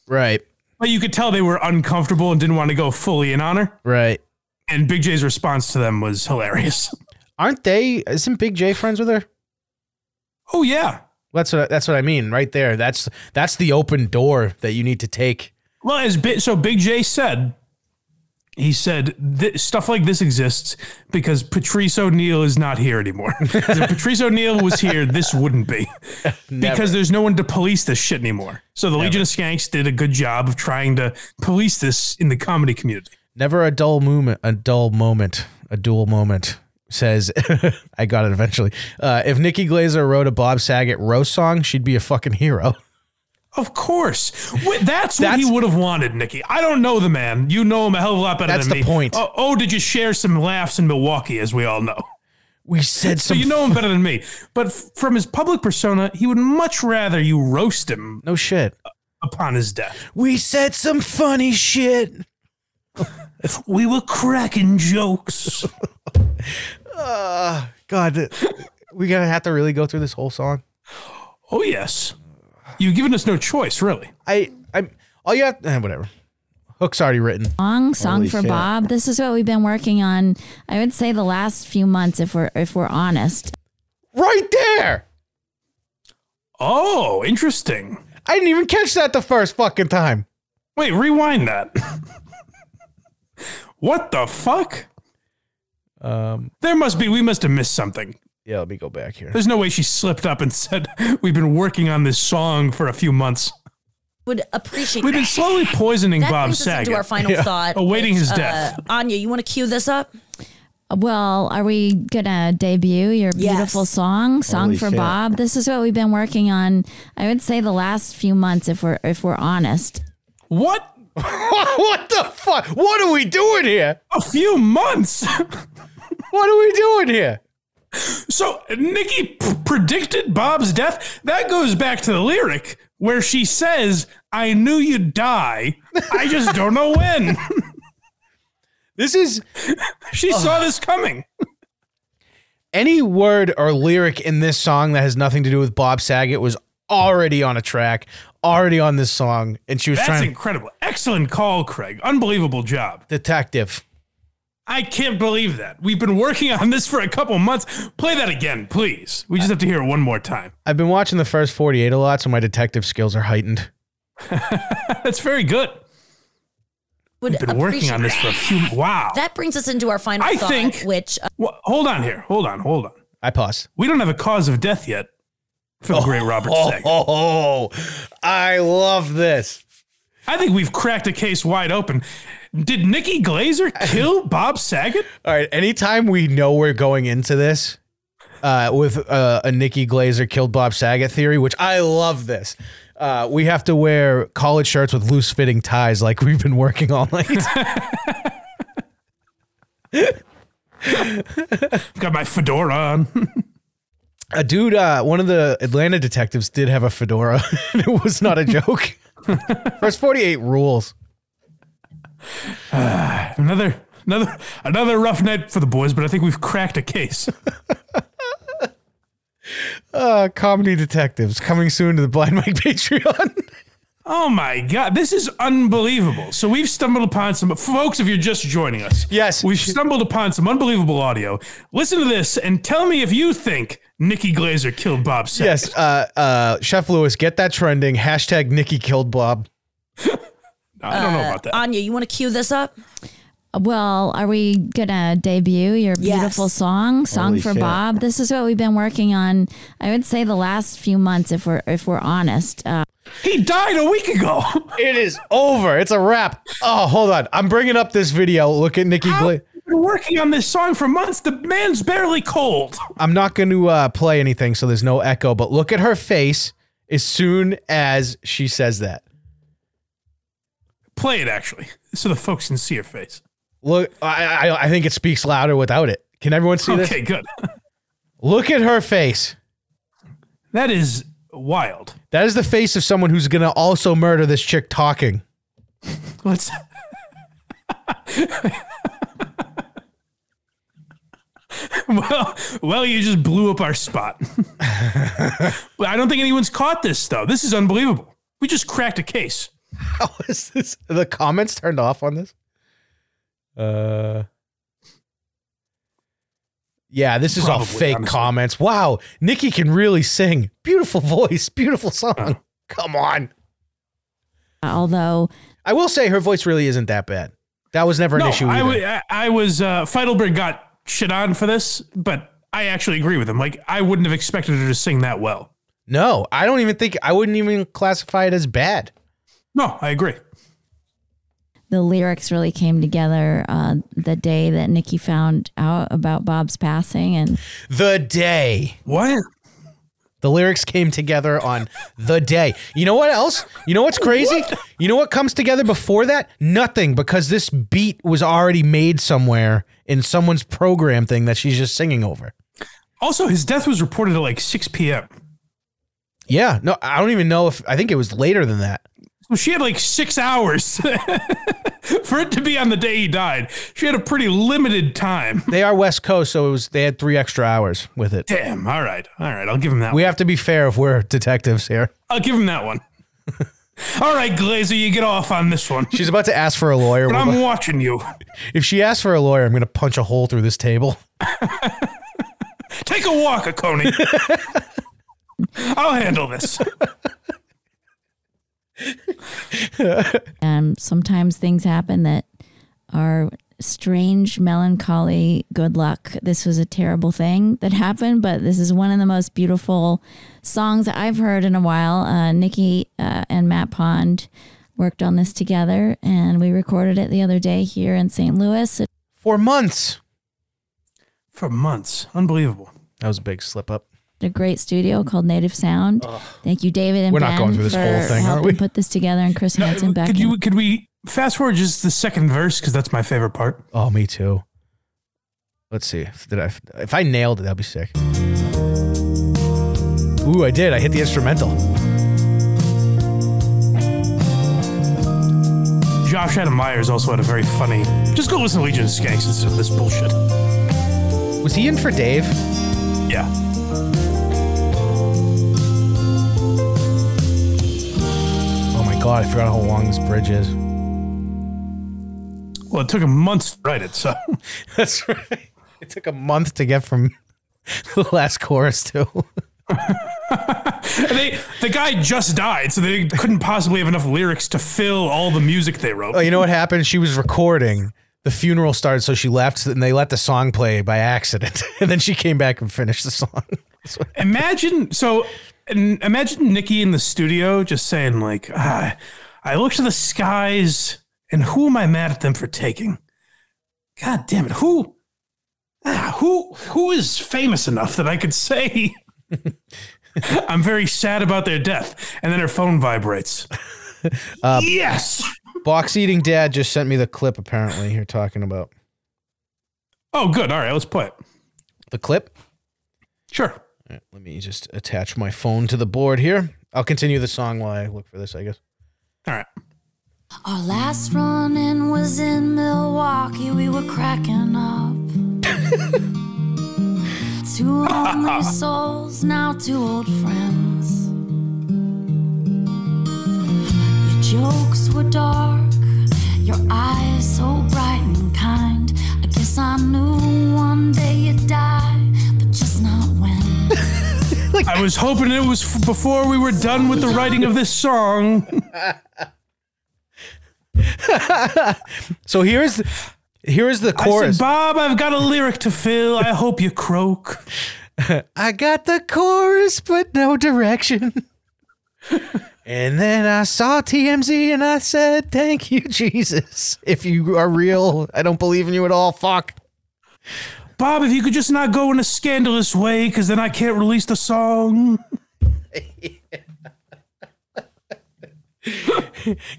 Speaker 1: right,
Speaker 2: but you could tell they were uncomfortable and didn't want to go fully in on her.
Speaker 1: right.
Speaker 2: And Big J's response to them was hilarious. [LAUGHS]
Speaker 1: Aren't they? Isn't Big J friends with her?
Speaker 2: Oh yeah,
Speaker 1: That's what that's what I mean, right there. That's that's the open door that you need to take.
Speaker 2: Well, as Bi- so Big J said, he said "Th- stuff like this exists because Patrice O'Neill is not here anymore. [LAUGHS] if Patrice O'Neill was here, this wouldn't be because there's no one to police this shit anymore. So the Legion of Skanks did a good job of trying to police this in the comedy community.
Speaker 1: Never a dull moment, a dull moment, a dual moment. Says, [LAUGHS] I got it eventually. Uh, if Nikki Glazer wrote a Bob Saget roast song, she'd be a fucking hero. [LAUGHS]
Speaker 2: Of course, Wh- that's, what
Speaker 1: That's-
Speaker 2: he would have wanted, Nikki. I don't know the man. You know him a hell of a lot better
Speaker 1: That's
Speaker 2: than
Speaker 1: the
Speaker 2: me.
Speaker 1: point.
Speaker 2: Oh, oh, did you share some laughs in Milwaukee, as we all know?
Speaker 1: We said
Speaker 2: So
Speaker 1: some
Speaker 2: you know him better than me. But f- from his public persona, he would much rather you roast him
Speaker 1: no shit.
Speaker 2: upon his death.
Speaker 1: We said some funny shit.
Speaker 2: We were cracking jokes.
Speaker 1: Uh, God, th- we gonna have to really go through this whole song.
Speaker 2: [LAUGHS] oh yes, you've given us no choice, really.
Speaker 1: I, I'm all you have. Eh, whatever. Hook's already written.
Speaker 6: Song, song
Speaker 5: Holy
Speaker 6: for
Speaker 5: shit.
Speaker 6: Bob. This is what we've been working on. I would say the last few months, if we're if we're honest.
Speaker 1: Right there.
Speaker 2: Oh, interesting.
Speaker 1: I didn't even catch that the first fucking time.
Speaker 2: Wait, rewind that. [LAUGHS] what the fuck?
Speaker 1: Um.
Speaker 2: There must be. We must have missed something.
Speaker 1: Yeah. Let me go back here. [LAUGHS]
Speaker 2: There's no way she slipped up and [LAUGHS] said we've been working on this song for a few months.
Speaker 8: Would appreciate
Speaker 2: We've been slowly poisoning
Speaker 8: that
Speaker 2: Bob
Speaker 8: brings us into
Speaker 2: Saget.
Speaker 8: our final thought.
Speaker 2: Awaiting
Speaker 8: which,
Speaker 2: his
Speaker 8: uh,
Speaker 2: death.
Speaker 8: Anya, you want to cue this up?
Speaker 6: Well, are we gonna debut your
Speaker 8: Yes.
Speaker 6: beautiful song, song
Speaker 5: Holy
Speaker 6: for
Speaker 5: shit.
Speaker 6: Bob? This is what we've been working on. I would say the last few months, if we're if we're honest.
Speaker 2: What?
Speaker 1: what the fuck? What are we doing here?
Speaker 2: A few months. [LAUGHS]
Speaker 1: What are we doing here?
Speaker 2: So Nikki p- predicted Bob's death. That goes back to the lyric where she says, "I knew you'd die. I
Speaker 8: [LAUGHS]
Speaker 2: just don't know when."
Speaker 1: This is
Speaker 2: she saw this coming.
Speaker 1: any word or lyric in this song that has nothing to do with Bob Saget was already on a track, already on this song, and she was
Speaker 2: That's
Speaker 1: trying.
Speaker 2: incredible. Excellent call, Craig. Unbelievable job.
Speaker 1: detective.
Speaker 2: I can't believe that. We've been working on this for a couple months. Play that again, please. We just have to hear it one more time.
Speaker 1: I've been watching the first 48 a lot, so my detective skills are heightened.
Speaker 2: That's very good.
Speaker 8: Would
Speaker 2: Been working on
Speaker 8: appreciate-
Speaker 2: this for a few. Wow.
Speaker 8: That brings us into our final
Speaker 2: I
Speaker 8: thought,
Speaker 2: think-
Speaker 8: which uh,
Speaker 2: Wha- hold on here. Hold on. Hold on.
Speaker 1: I paused.
Speaker 2: We don't have a cause of death yet for the great Robert
Speaker 1: Oh,
Speaker 2: Saget.
Speaker 1: oh, oh, I love this.
Speaker 2: I think we've cracked a case wide open. Did Nikki Glazer kill Bob Saget?
Speaker 1: All right. Anytime we know we're going into this uh, with uh, a Nikki Glazer killed Bob Saget theory, which I love this. Uh, we have to wear college shirts with loose fitting ties like we've been working all night.
Speaker 2: Got my fedora on. [LAUGHS]
Speaker 1: a dude, uh, one of the Atlanta detectives did have a fedora. [LAUGHS] and it was not a joke. First 48 rules.
Speaker 2: Another another another rough night for the boys, but I think we've cracked a case. [LAUGHS]
Speaker 1: Uh, comedy detectives coming soon to the Blind Mike [LAUGHS] Patreon.
Speaker 2: Oh my god, this is unbelievable. So we've stumbled upon some folks if you're just joining us.
Speaker 1: Yes.
Speaker 2: We've stumbled upon some unbelievable audio. Listen to this and tell me if you think Nikki Glazer killed Bob Saget.
Speaker 1: yes. Uh, uh, Chef Lewis, get that trending. Hashtag Nikki killed Bob.
Speaker 2: I don't know
Speaker 1: Uh,
Speaker 2: about that.
Speaker 8: Anya, you want to cue this up?
Speaker 6: Well, are we gonna debut your
Speaker 8: Yes.
Speaker 6: beautiful song, "Song
Speaker 5: Holy
Speaker 6: for
Speaker 5: shit.
Speaker 6: Bob"? This is what we've been working on. I would say the last few months, if we're if we're honest. Uh,
Speaker 2: He died a week ago. [LAUGHS]
Speaker 1: It is over. It's a wrap. Oh, hold on. I'm bringing up this video. Look at Nikki. Gla-
Speaker 2: I've been working on this song for months. The man's barely cold.
Speaker 1: I'm not going to uh, play anything, so there's no echo. But look at her face as soon as she says that.
Speaker 2: Play it actually, so the folks can see your face.
Speaker 1: Look, I I, I think it speaks louder without it. Can everyone see this?
Speaker 2: Okay, good.
Speaker 1: Look at her face.
Speaker 2: That is wild.
Speaker 1: That is the face of someone who's going to also murder this chick talking.
Speaker 2: Let's. [LAUGHS] well, well, you just blew up our spot. [LAUGHS] Well, I don't think anyone's caught this though. This is unbelievable. We just cracked a case.
Speaker 1: [LAUGHS] How is this? The comments turned off on this. Uh. Yeah, this is all
Speaker 2: Probably,
Speaker 1: fake
Speaker 2: honestly.
Speaker 1: comments. Wow, Nikki can really sing. Beautiful [LAUGHS] voice, beautiful song.
Speaker 2: Uh-huh.
Speaker 1: Come on.
Speaker 6: although
Speaker 1: I will say her voice really isn't that bad. That was never an
Speaker 2: no,
Speaker 1: issue.
Speaker 2: I,
Speaker 1: Either.
Speaker 2: wa- I- I was uh, Feidelberg got shit on for this, but I actually agree with him. Like I wouldn't have expected her to sing that well.
Speaker 1: no, I don't even think I wouldn't even classify it as bad.
Speaker 2: No, I agree.
Speaker 6: the lyrics really came together uh, the day that Nikki found out about Bob's passing, and
Speaker 1: The day.
Speaker 2: What?
Speaker 1: The lyrics came together on the day. You know what else? You know what's crazy? You know what comes together before that? Nothing, because this beat was already made somewhere in someone's program thing that she's just singing over.
Speaker 2: Also, his death was reported at like 6 p.m.
Speaker 1: Yeah, no, I don't even know if I think it was later than that.
Speaker 2: Well, she had like six hours [LAUGHS] for it to be on the day he died. She had a pretty limited time.
Speaker 1: They are West Coast, so it was they had three extra hours with it.
Speaker 2: [LAUGHS] Damn. All right. All right. I'll give him that.
Speaker 1: We
Speaker 2: one.
Speaker 1: have to be fair if we're detectives here.
Speaker 2: I'll give him
Speaker 1: [LAUGHS]
Speaker 2: that one. All right, Glazer, you get off on this one.
Speaker 1: She's about to ask for a lawyer.
Speaker 2: But I'm watching you.
Speaker 1: If she asks for a lawyer, I'm going to punch a hole through this table.
Speaker 2: Take a walk,
Speaker 1: [LAUGHS]
Speaker 2: Coney. I'll handle this.
Speaker 6: and Um, sometimes things happen that are strange, melancholy, good luck. This was a terrible thing that happened, but this is one of the most beautiful songs that I've heard in a while. Uh, Nikki uh, and Matt Pond worked on this together, and we recorded it the other day here in St. Louis.
Speaker 1: For months.
Speaker 2: For months. Unbelievable.
Speaker 1: That was a big slip up.
Speaker 6: at A great studio called Native Sound. Thank you, David and
Speaker 1: We're
Speaker 6: Ben,
Speaker 1: not going through this
Speaker 6: for
Speaker 1: whole thing, are
Speaker 6: helping
Speaker 1: we?
Speaker 6: put this together. And Chris Hansen back.
Speaker 2: could
Speaker 6: in.
Speaker 2: you could we fast forward just the second verse because that's my favorite part.
Speaker 1: Oh, me too. Let's see. If, did I, if I nailed it, that'd be sick. Ooh, I did. I hit the instrumental.
Speaker 2: Josh Adam Myers also had a very funny. Just go listen to Legion of Skanks instead of this bullshit.
Speaker 1: Was he in for Dave?
Speaker 2: Yeah.
Speaker 1: Oh my god, I forgot how long this bridge is.
Speaker 2: Well, it took him months to write it, so
Speaker 1: [LAUGHS]
Speaker 2: [LAUGHS]
Speaker 1: That's right. It took a month to get from [LAUGHS] the last chorus to.
Speaker 2: And they the guy just died, so they couldn't possibly have enough lyrics to fill all the music they wrote.
Speaker 1: Oh, you know what happened? She was recording. The funeral started, so she left, and they let the song play by accident. [LAUGHS] And then she came back and finished the song.
Speaker 2: Imagine so, and imagine Nikki in the studio just saying like, ah, I I look to the skies, and who am I mad at them for taking? God damn it! Who, ah, who, who is famous enough that I could say [LAUGHS] I'm very sad about their death? And then her phone vibrates. yes.
Speaker 1: Box eating dad just sent me the clip. Apparently, you're talking about
Speaker 2: Oh, good. All right, let's play it.
Speaker 1: the clip.
Speaker 2: Sure.
Speaker 1: All right, let me just attach my phone to the board here. I'll continue the song while I look for this. I guess.
Speaker 2: All right.
Speaker 9: Our last run in was in Milwaukee. We were
Speaker 1: [LAUGHS]
Speaker 9: cracking up. two lonely souls, now two old friends. Your jokes were dark, your eyes so bright and kind. I guess I knew one day you'd die, but just not when.
Speaker 2: I was hoping it was f- before we were done with the writing of this song.
Speaker 1: So here is here is the
Speaker 2: I
Speaker 1: chorus.
Speaker 2: said, Bob, I've got a lyric to fill. I hope you croak.
Speaker 1: I got the chorus, but no direction. [LAUGHS] and then I saw TMZ and I said, Thank you, Jesus. If you are real, I don't believe in you at all. Fuck.
Speaker 2: Bob, if you could just not go in a scandalous way, because then I can't release the song.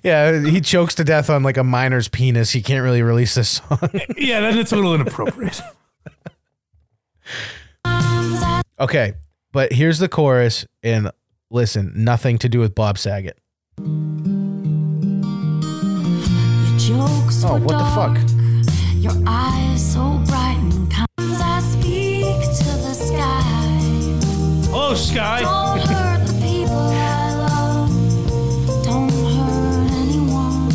Speaker 1: Yeah, he chokes to death on like a miner's penis. He can't really release this song. [LAUGHS]
Speaker 2: Yeah, then it's a little [LAUGHS] inappropriate.
Speaker 1: okay, but here's the chorus. And listen, nothing to do with Bob Saget.
Speaker 9: Your jokes
Speaker 1: Oh,
Speaker 9: were
Speaker 1: what the fuck?
Speaker 9: dark. Your eyes so bright and kind. I speak to the sky.
Speaker 2: Hello, Oh, Sky.
Speaker 9: Don't hurt the people I love. Don't hurt anyone.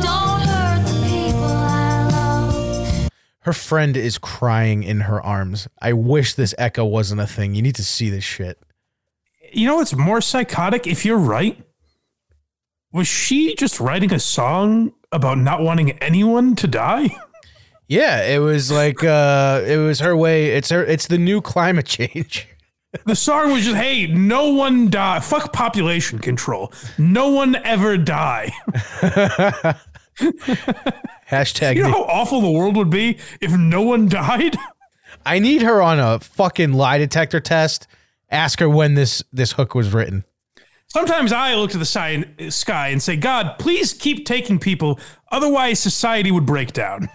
Speaker 9: Don't hurt the people I love.
Speaker 1: Her friend is crying in her arms. I wish this echo wasn't a thing. You need to see this shit.
Speaker 2: You know what's more psychotic? If you're right, was she just writing a song about not wanting anyone to die? [LAUGHS]
Speaker 1: Yeah, it was like uh it was her way. It's her it's the new climate change. [LAUGHS]
Speaker 2: The song was just, hey, no one die. Fuck population control. No one ever die.
Speaker 1: Hashtag
Speaker 2: You know
Speaker 1: me.
Speaker 2: how awful the world would be if no one died? [LAUGHS]
Speaker 1: I need her on a fucking lie detector test. Ask her when this this hook was written.
Speaker 2: Sometimes I look to the si- sky and say, God, please keep taking people. Otherwise, society would break down.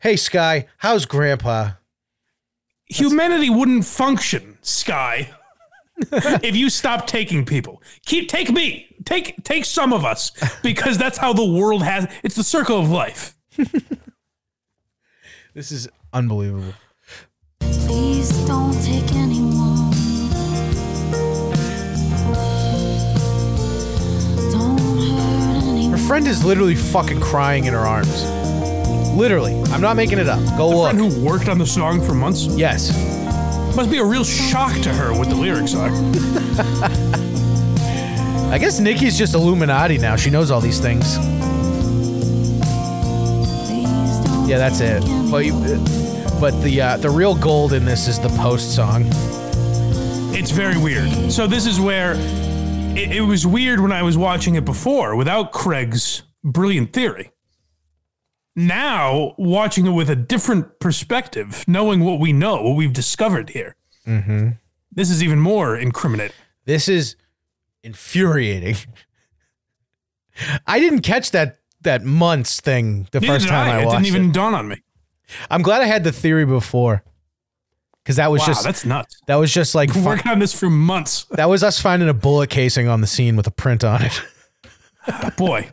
Speaker 1: Hey Sky, how's grandpa?
Speaker 2: Humanity wouldn't function, Sky, if you stop taking people. Keep take me. Take take some of us because that's how the world has it's the circle of life.
Speaker 1: This is unbelievable.
Speaker 9: Please don't take anyone. Don't hurt anyone.
Speaker 1: Her friend is literally fucking crying in her arms. Literally. I'm not making it up. Go look.
Speaker 2: Friend who worked on the song for months
Speaker 1: yes.
Speaker 2: must be a real shock to her what the lyrics are.
Speaker 1: I guess Nikki's just Illuminati now. She knows all these things.
Speaker 9: Please don't
Speaker 1: Yeah, that's it.
Speaker 9: take
Speaker 1: But you, but the uh, the real gold in this is the post song.
Speaker 2: It's very weird. So this is where it, it was weird when I was watching it before without Craig's brilliant theory. Now watching it with a different perspective, knowing what we know, what we've discovered here,
Speaker 1: Mm-hmm.
Speaker 2: this is even more incriminating.
Speaker 1: This is infuriating. [LAUGHS] I didn't catch that that months thing the
Speaker 2: Neither
Speaker 1: first
Speaker 2: did
Speaker 1: time I,
Speaker 2: it
Speaker 1: watched
Speaker 2: didn't even
Speaker 1: it.
Speaker 2: dawn on me.
Speaker 1: I'm glad I had the theory before, because that was
Speaker 2: Wow,
Speaker 1: just [LAUGHS]
Speaker 2: that's nuts.
Speaker 1: that was just
Speaker 2: [LAUGHS]
Speaker 1: like fi-
Speaker 2: Working on this for months, [LAUGHS]
Speaker 1: that was us finding a bullet casing on the scene with a print on it.
Speaker 2: boy.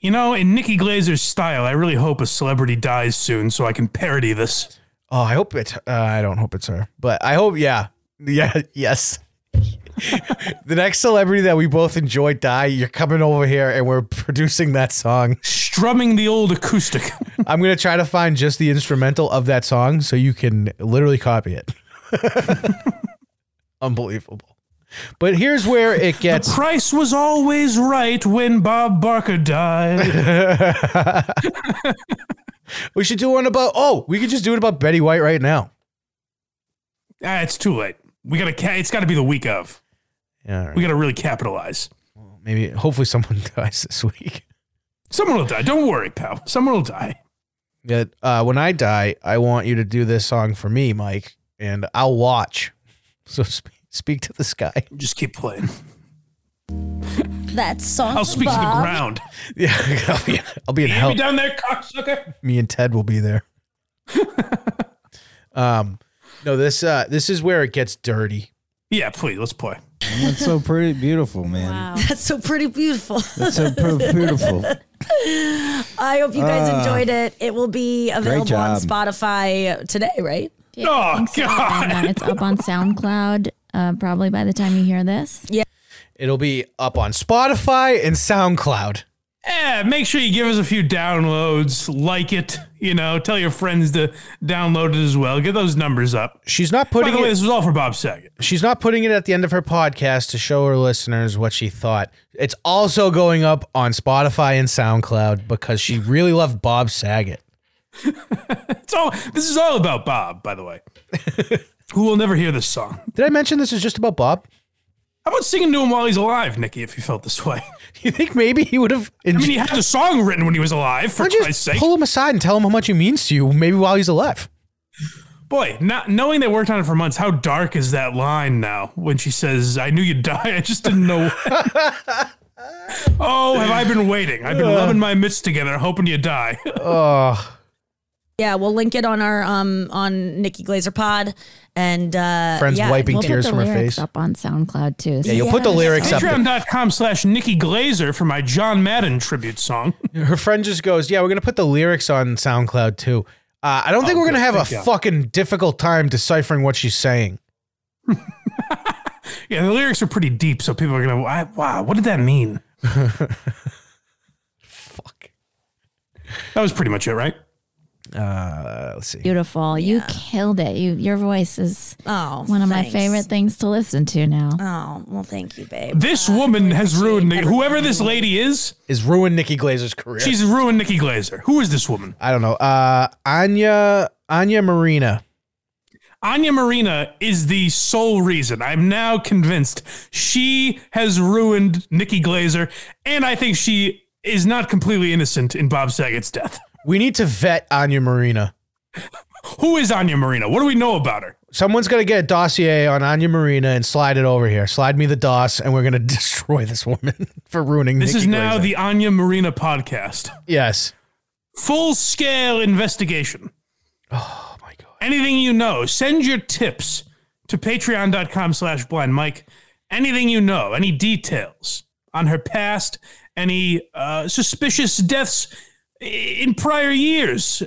Speaker 2: You know, in Nikki Glazer's style, I really hope a celebrity dies soon so I can parody this.
Speaker 1: Oh, I hope it's. Uh, I don't hope it's her, but I hope. Yeah, yeah, [LAUGHS] yes. the next celebrity that we both enjoy die. You're coming over here, and we're producing that song. [LAUGHS]
Speaker 2: Strumming the old acoustic.
Speaker 1: I'm gonna try to find just the instrumental of that song so you can literally copy it. [LAUGHS] Unbelievable. But here's where it
Speaker 2: The [LAUGHS]
Speaker 1: gets.
Speaker 2: price was always right when Bob Barker died.
Speaker 1: We should do one about. Oh, we could just do it about Betty White right now.
Speaker 2: ah, it's too late. We gotta. Ca- it's got to be the week of.
Speaker 1: Yeah. all right.
Speaker 2: We gotta really capitalize.
Speaker 1: Maybe hopefully someone [LAUGHS] dies this week.
Speaker 2: Someone will die. Don't worry, pal. Someone will die.
Speaker 1: That uh, when I die, I want you to do this song for me, Mike, and I'll watch. So [LAUGHS] sp- speak to the
Speaker 2: [LAUGHS]
Speaker 1: sky.
Speaker 2: Just keep playing.
Speaker 8: That song.
Speaker 2: I'll speak to the
Speaker 8: Bob.
Speaker 2: ground.
Speaker 1: Yeah, [LAUGHS] I'll be, I'll be in
Speaker 2: Hand
Speaker 1: hell.
Speaker 2: me down there, cocksucker.
Speaker 1: me and Ted will be
Speaker 2: [LAUGHS]
Speaker 1: there. um, no, this uh, this is where it gets dirty.
Speaker 2: Yeah, please. Let's play.
Speaker 5: That's so pretty, beautiful, man.
Speaker 8: [LAUGHS]
Speaker 6: [LAUGHS]
Speaker 8: That's so pretty beautiful.
Speaker 5: That's so pr- beautiful.
Speaker 8: I hope you guys
Speaker 5: Ah.
Speaker 8: enjoyed it. It will be available on
Speaker 5: job.
Speaker 8: Spotify today, right?
Speaker 6: Yeah,
Speaker 2: Oh,
Speaker 6: I think so. And, uh,
Speaker 2: God.
Speaker 6: it's up on SoundCloud uh, probably by the time you hear this.
Speaker 1: It'll be up on Spotify and SoundCloud.
Speaker 2: Yeah, Eh, make sure you give us a few downloads, like it, you know, tell your friends to download it as well. Get those numbers up.
Speaker 1: She's not
Speaker 2: By
Speaker 1: putting
Speaker 2: the way,
Speaker 1: it,
Speaker 2: this was all for Bob Saget.
Speaker 1: she's not putting it at the end of her podcast to show her listeners what she thought. It's also going up on Spotify and SoundCloud because she really loved Bob Saget.
Speaker 2: It's all this is all about Bob, by the way. Who will never hear this song.
Speaker 1: Did I mention this is just about Bob? [LAUGHS]
Speaker 2: How about singing to him while he's alive, Nikki, if you felt this way?
Speaker 1: You think maybe he would have
Speaker 2: I mean,
Speaker 1: enjoyed?
Speaker 2: he had the song written when he was alive, for
Speaker 1: Why don't you
Speaker 2: Christ's
Speaker 1: just
Speaker 2: sake.
Speaker 1: pull him aside and tell him how much he means to you, maybe while he's alive.
Speaker 2: Boy, not knowing they worked on it for months, how dark is that line now when she says, I knew you'd die, I just didn't know when." oh, have I been waiting? I've been rubbing my mitts together, hoping you die.
Speaker 1: Oh,
Speaker 8: Yeah, we'll link it on our um on Nikki Glazer Pod and uh
Speaker 1: friends
Speaker 8: yeah,
Speaker 1: wiping
Speaker 8: we'll-
Speaker 6: Put
Speaker 1: tears
Speaker 6: the
Speaker 1: from her
Speaker 6: lyrics
Speaker 1: face.
Speaker 6: up on SoundCloud too. So
Speaker 1: Yeah, you'll put the
Speaker 8: Yes.
Speaker 1: lyrics up.
Speaker 2: Patreon.com slash Nikki Glazer for my John Madden tribute song.
Speaker 1: [LAUGHS] Her friend just goes, "Yeah, we're gonna put the lyrics on SoundCloud too." Uh, I don't think we're gonna have a
Speaker 2: Thank God.
Speaker 1: fucking difficult time deciphering what she's saying.
Speaker 2: Yeah, the lyrics are pretty deep, so people are going to, wow, what did that mean?
Speaker 1: Fuck.
Speaker 2: That was pretty much it, right?
Speaker 1: Uh, let's see.
Speaker 6: beautiful. You killed it. You your voice is
Speaker 8: Oh,
Speaker 6: one of my
Speaker 8: thanks.
Speaker 6: favorite things to listen to now.
Speaker 8: Oh, well thank you, babe.
Speaker 2: This woman has ruined, Nikki. whoever this lady is,
Speaker 1: Is ruined Nikki Glazer's career.
Speaker 2: she's ruined Nikki Glazer. Who is this woman?
Speaker 1: I don't know. Uh, Anya Anya Marina.
Speaker 2: Anya Marina is the sole reason. I'm now convinced she has ruined Nikki Glazer, and I think she is not completely innocent in Bob Saget's death.
Speaker 1: We need to vet Anya Marina.
Speaker 2: Who is Anya Marina? What do we know about her?
Speaker 1: Someone's gonna get a dossier on Anya Marina and slide it over here. Slide me the DOS, and we're gonna [LAUGHS] destroy this woman [LAUGHS] for ruining.
Speaker 2: This
Speaker 1: Nikki
Speaker 2: is now
Speaker 1: Glaser.
Speaker 2: the Anya Marina podcast.
Speaker 1: yes.
Speaker 2: Full scale investigation.
Speaker 1: Oh my god.
Speaker 2: Anything you know, send your tips to patreon.com slash blind Mike. Anything you know, any details on her past, any uh, suspicious deaths i- in prior years,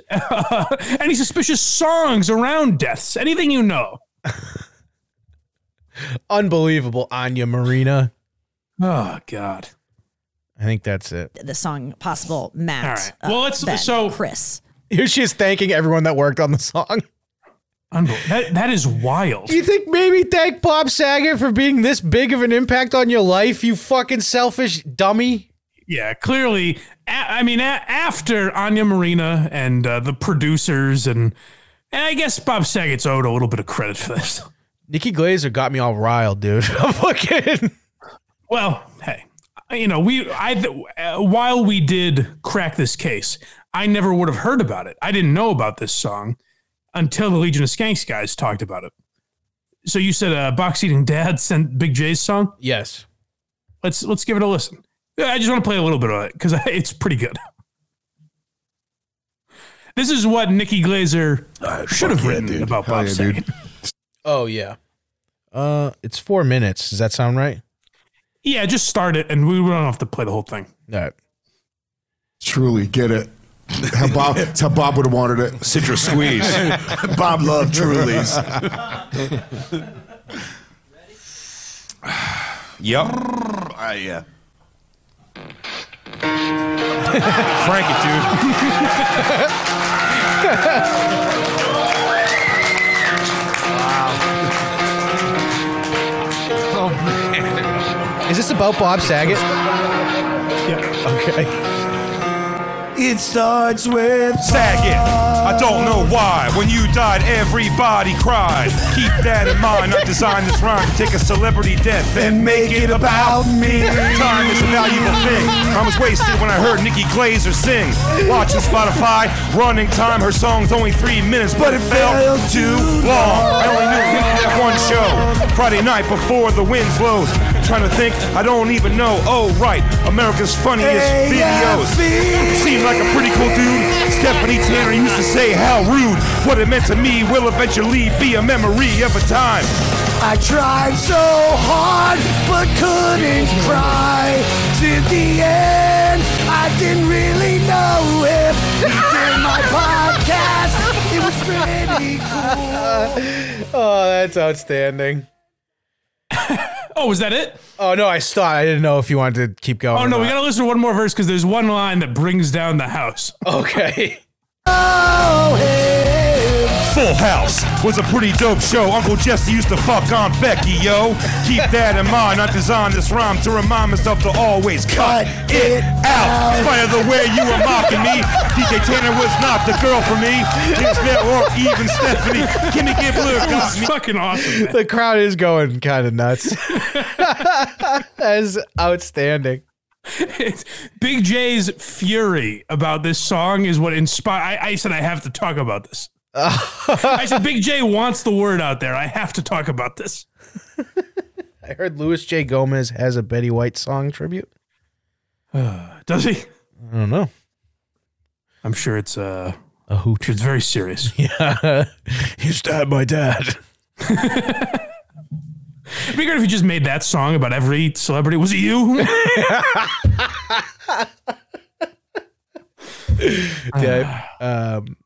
Speaker 2: [LAUGHS] any suspicious songs around deaths, anything you know.
Speaker 1: Unbelievable, Anya Marina.
Speaker 2: Oh, God.
Speaker 1: I think that's it.
Speaker 8: The song possible Matt. uh,
Speaker 2: All right. Well, let's-
Speaker 8: Ben,
Speaker 2: so-
Speaker 8: Chris.
Speaker 1: Here she is thanking everyone that worked on the song.
Speaker 2: Unbel- that, that is wild.
Speaker 1: Do you think maybe thank Bob Saget for being this big of an impact on your life, you fucking selfish dummy?
Speaker 2: Yeah, clearly. A- I mean, a- after Anya Marina and uh, the producers, and, and I guess Bob Saget's owed a little bit of credit for this. [LAUGHS]
Speaker 1: Nikki Glazer got me all riled, dude. [LAUGHS] I'm fucking.
Speaker 2: Well, hey, you know, we I uh, while we did crack this case, I never would have heard about it. I didn't know about this song until the Legion of Skanks guys talked about it. So you said uh, box eating dad [LAUGHS] sent Big J's song.
Speaker 1: Yes.
Speaker 2: Let's let's give it a listen. Yeah, I just want to play a little bit of it because [LAUGHS] it's pretty good. This is what Nikki Glazer should have
Speaker 4: yeah,
Speaker 2: written
Speaker 4: dude.
Speaker 2: about
Speaker 4: Hell
Speaker 2: Bob
Speaker 4: yeah,
Speaker 2: Saget.
Speaker 4: dude.
Speaker 1: Oh yeah. Uh, it's four minutes. Does that sound right?
Speaker 2: Yeah, just start it, and we don't have to play the whole thing.
Speaker 1: All right.
Speaker 4: Truly get it. How Bob, it's how Bob would have wanted it. Citrus squeeze. [LAUGHS] Bob loved Truly's.
Speaker 5: Yep.
Speaker 4: I, yeah.
Speaker 5: Frank it, dude.
Speaker 1: Is this about Bob Saget?
Speaker 2: Yeah.
Speaker 1: Okay.
Speaker 2: It starts with Saget. I don't know why. When you died, everybody cried. Keep that in mind. I designed this rhyme to take a celebrity death and make it about me. Time is a valuable thing. I was wasted when I heard Nikki Glazer sing. Watching Spotify, running time. Her song's only three minutes, but it felt too long. I only knew we did that one show. Friday night before the wind blows. Trying to think, I don't even know. Oh, right. America's funniest videos. Seemed like a pretty cool dude. Stephanie Tanner used to say how rude. What it meant to me will eventually be a memory of a time. I tried so hard, but couldn't cry. To the end, I didn't really know if we did my podcast. It was pretty cool.
Speaker 1: Oh, that's outstanding.
Speaker 9: oh, was that it?
Speaker 1: Oh no, I stopped. I didn't know if you wanted to keep going.
Speaker 9: Oh
Speaker 1: or
Speaker 9: no, we
Speaker 1: not.
Speaker 9: gotta listen to one more verse because there's one line that brings down the house.
Speaker 1: Okay. [LAUGHS]
Speaker 2: Full House was a pretty dope show. Uncle Jesse used to fuck on Becky, yo. Keep that in mind. I designed this rhyme to remind myself to always cut it out. By the way, you were mocking me. DJ Tanner was not the girl for me. James Van or even Stephanie. Kimmy Gibbler got me.
Speaker 9: fucking awesome.
Speaker 1: the crowd is going kind of nuts. [LAUGHS] that is outstanding.
Speaker 9: It's- Big J's fury about this song is what inspired. I, I said I have to talk about this. I said Big J wants the word out there. I have to talk about this.
Speaker 1: I heard Louis J. Gomez has a Betty White song tribute.
Speaker 9: Does he?
Speaker 1: I don't know.
Speaker 9: I'm sure it's uh,
Speaker 1: A hoot.
Speaker 9: it's very serious.
Speaker 1: [LAUGHS] Yeah. [LAUGHS] you stabbed my dad.
Speaker 9: It'd be great if you just made that song about every celebrity. Was it you?
Speaker 1: [SIGHS] Yeah. um,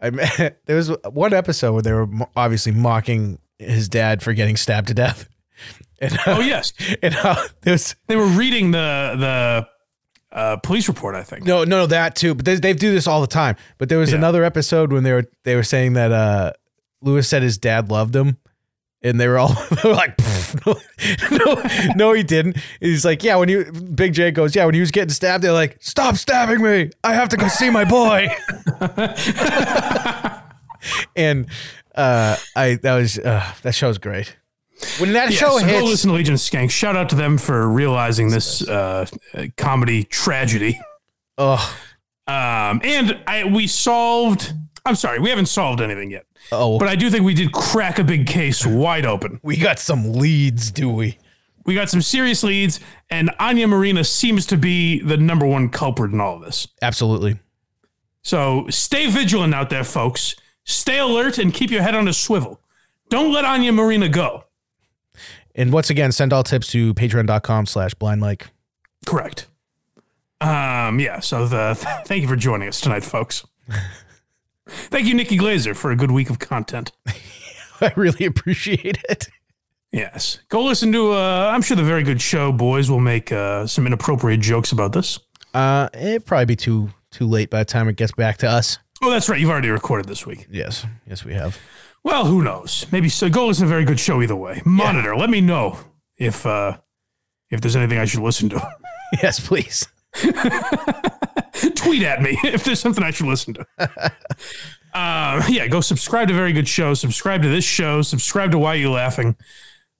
Speaker 1: I me- [LAUGHS] there was one episode where they were mo- obviously mocking his dad for getting stabbed to death. And,
Speaker 9: oh yes,
Speaker 1: [LAUGHS] and uh, there was
Speaker 9: they were reading the the uh, police report. I think.
Speaker 1: No, no, that too. But they, they do this all the time. But there was
Speaker 9: Yeah.
Speaker 1: another episode when they were they were saying that uh, Lewis said his dad loved him, and they were all [LAUGHS] they were like, "Pfft, no, [LAUGHS] no, no, he didn't. He's like, yeah, when you Big J goes, yeah, when he was getting stabbed, they're like, stop stabbing me. I have to go see my
Speaker 9: [LAUGHS]
Speaker 1: boy. and uh, I that was uh, that show's great. When that
Speaker 9: Yeah,
Speaker 1: show
Speaker 9: so go
Speaker 1: hits,
Speaker 9: listen to Legion of Skanks. Shout out to them for realizing this uh, uh, comedy tragedy.
Speaker 1: oh,
Speaker 9: Um, and I we solved. I'm sorry, we haven't solved anything yet,
Speaker 1: oh,
Speaker 9: but I do think we did crack a big case wide open.
Speaker 1: [LAUGHS] we got some leads, do we?
Speaker 9: We got some serious leads, and Anya Marina seems to be the number one culprit in all of this.
Speaker 1: Absolutely.
Speaker 9: So stay vigilant out there, folks. Stay alert and keep your head on a swivel. Don't let Anya Marina go.
Speaker 1: And once again, send all tips to patreon.com slash blind mike.
Speaker 9: Correct. Um, yeah. So the [LAUGHS] thank you for joining us tonight, folks. thank you, Nikki Glazer, for a good week of content.
Speaker 1: [LAUGHS] I really appreciate it.
Speaker 9: Yes. Go listen to, uh, I'm sure the very good show, boys, will make uh, some inappropriate jokes about this.
Speaker 1: Uh, it'd probably be too too late by the time it gets back to us.
Speaker 9: Oh, that's right. You've already recorded this week.
Speaker 1: Yes. Yes, we have.
Speaker 9: Well, who knows? Maybe so. Go listen to a very good show either way. Monitor. Let me know if uh, if there's anything I should listen to.
Speaker 1: [LAUGHS] Yes, please.
Speaker 9: Tweet at me [LAUGHS] if there's something I should listen to. uh, yeah, go subscribe to Very Good Show. Subscribe to this show. Subscribe to Why You Laughing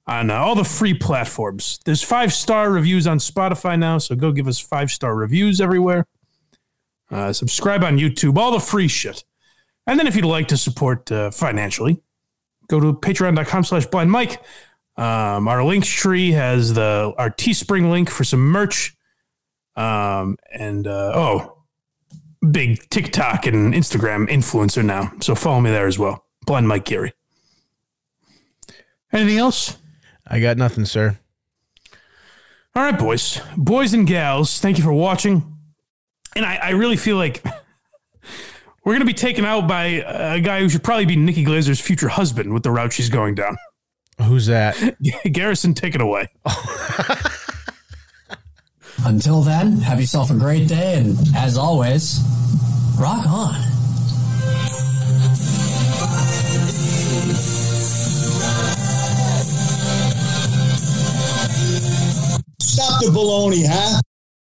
Speaker 9: on uh, all the free platforms. There's five star reviews on Spotify now, so go give us five star reviews everywhere. Uh, subscribe on YouTube, all the free shit. And then if you'd like to support uh, financially, go to patreon.com slash blind mike. Um, our links tree has the our Teespring link for some merch. Um, and uh, oh, big TikTok and Instagram influencer now. So follow me there as well. Blind Mike Gary. Anything else?
Speaker 1: I got nothing, sir.
Speaker 9: All right, boys, boys and gals, thank you for watching. And I, I really feel like [LAUGHS] we're going to be taken out by a guy who should probably be Nikki Glazer's future husband with the route she's going down.
Speaker 1: Who's [LAUGHS] that?
Speaker 9: Garrison, take it away.
Speaker 3: Until then, have yourself a great day, and as always, rock on.
Speaker 10: Stop the baloney, huh?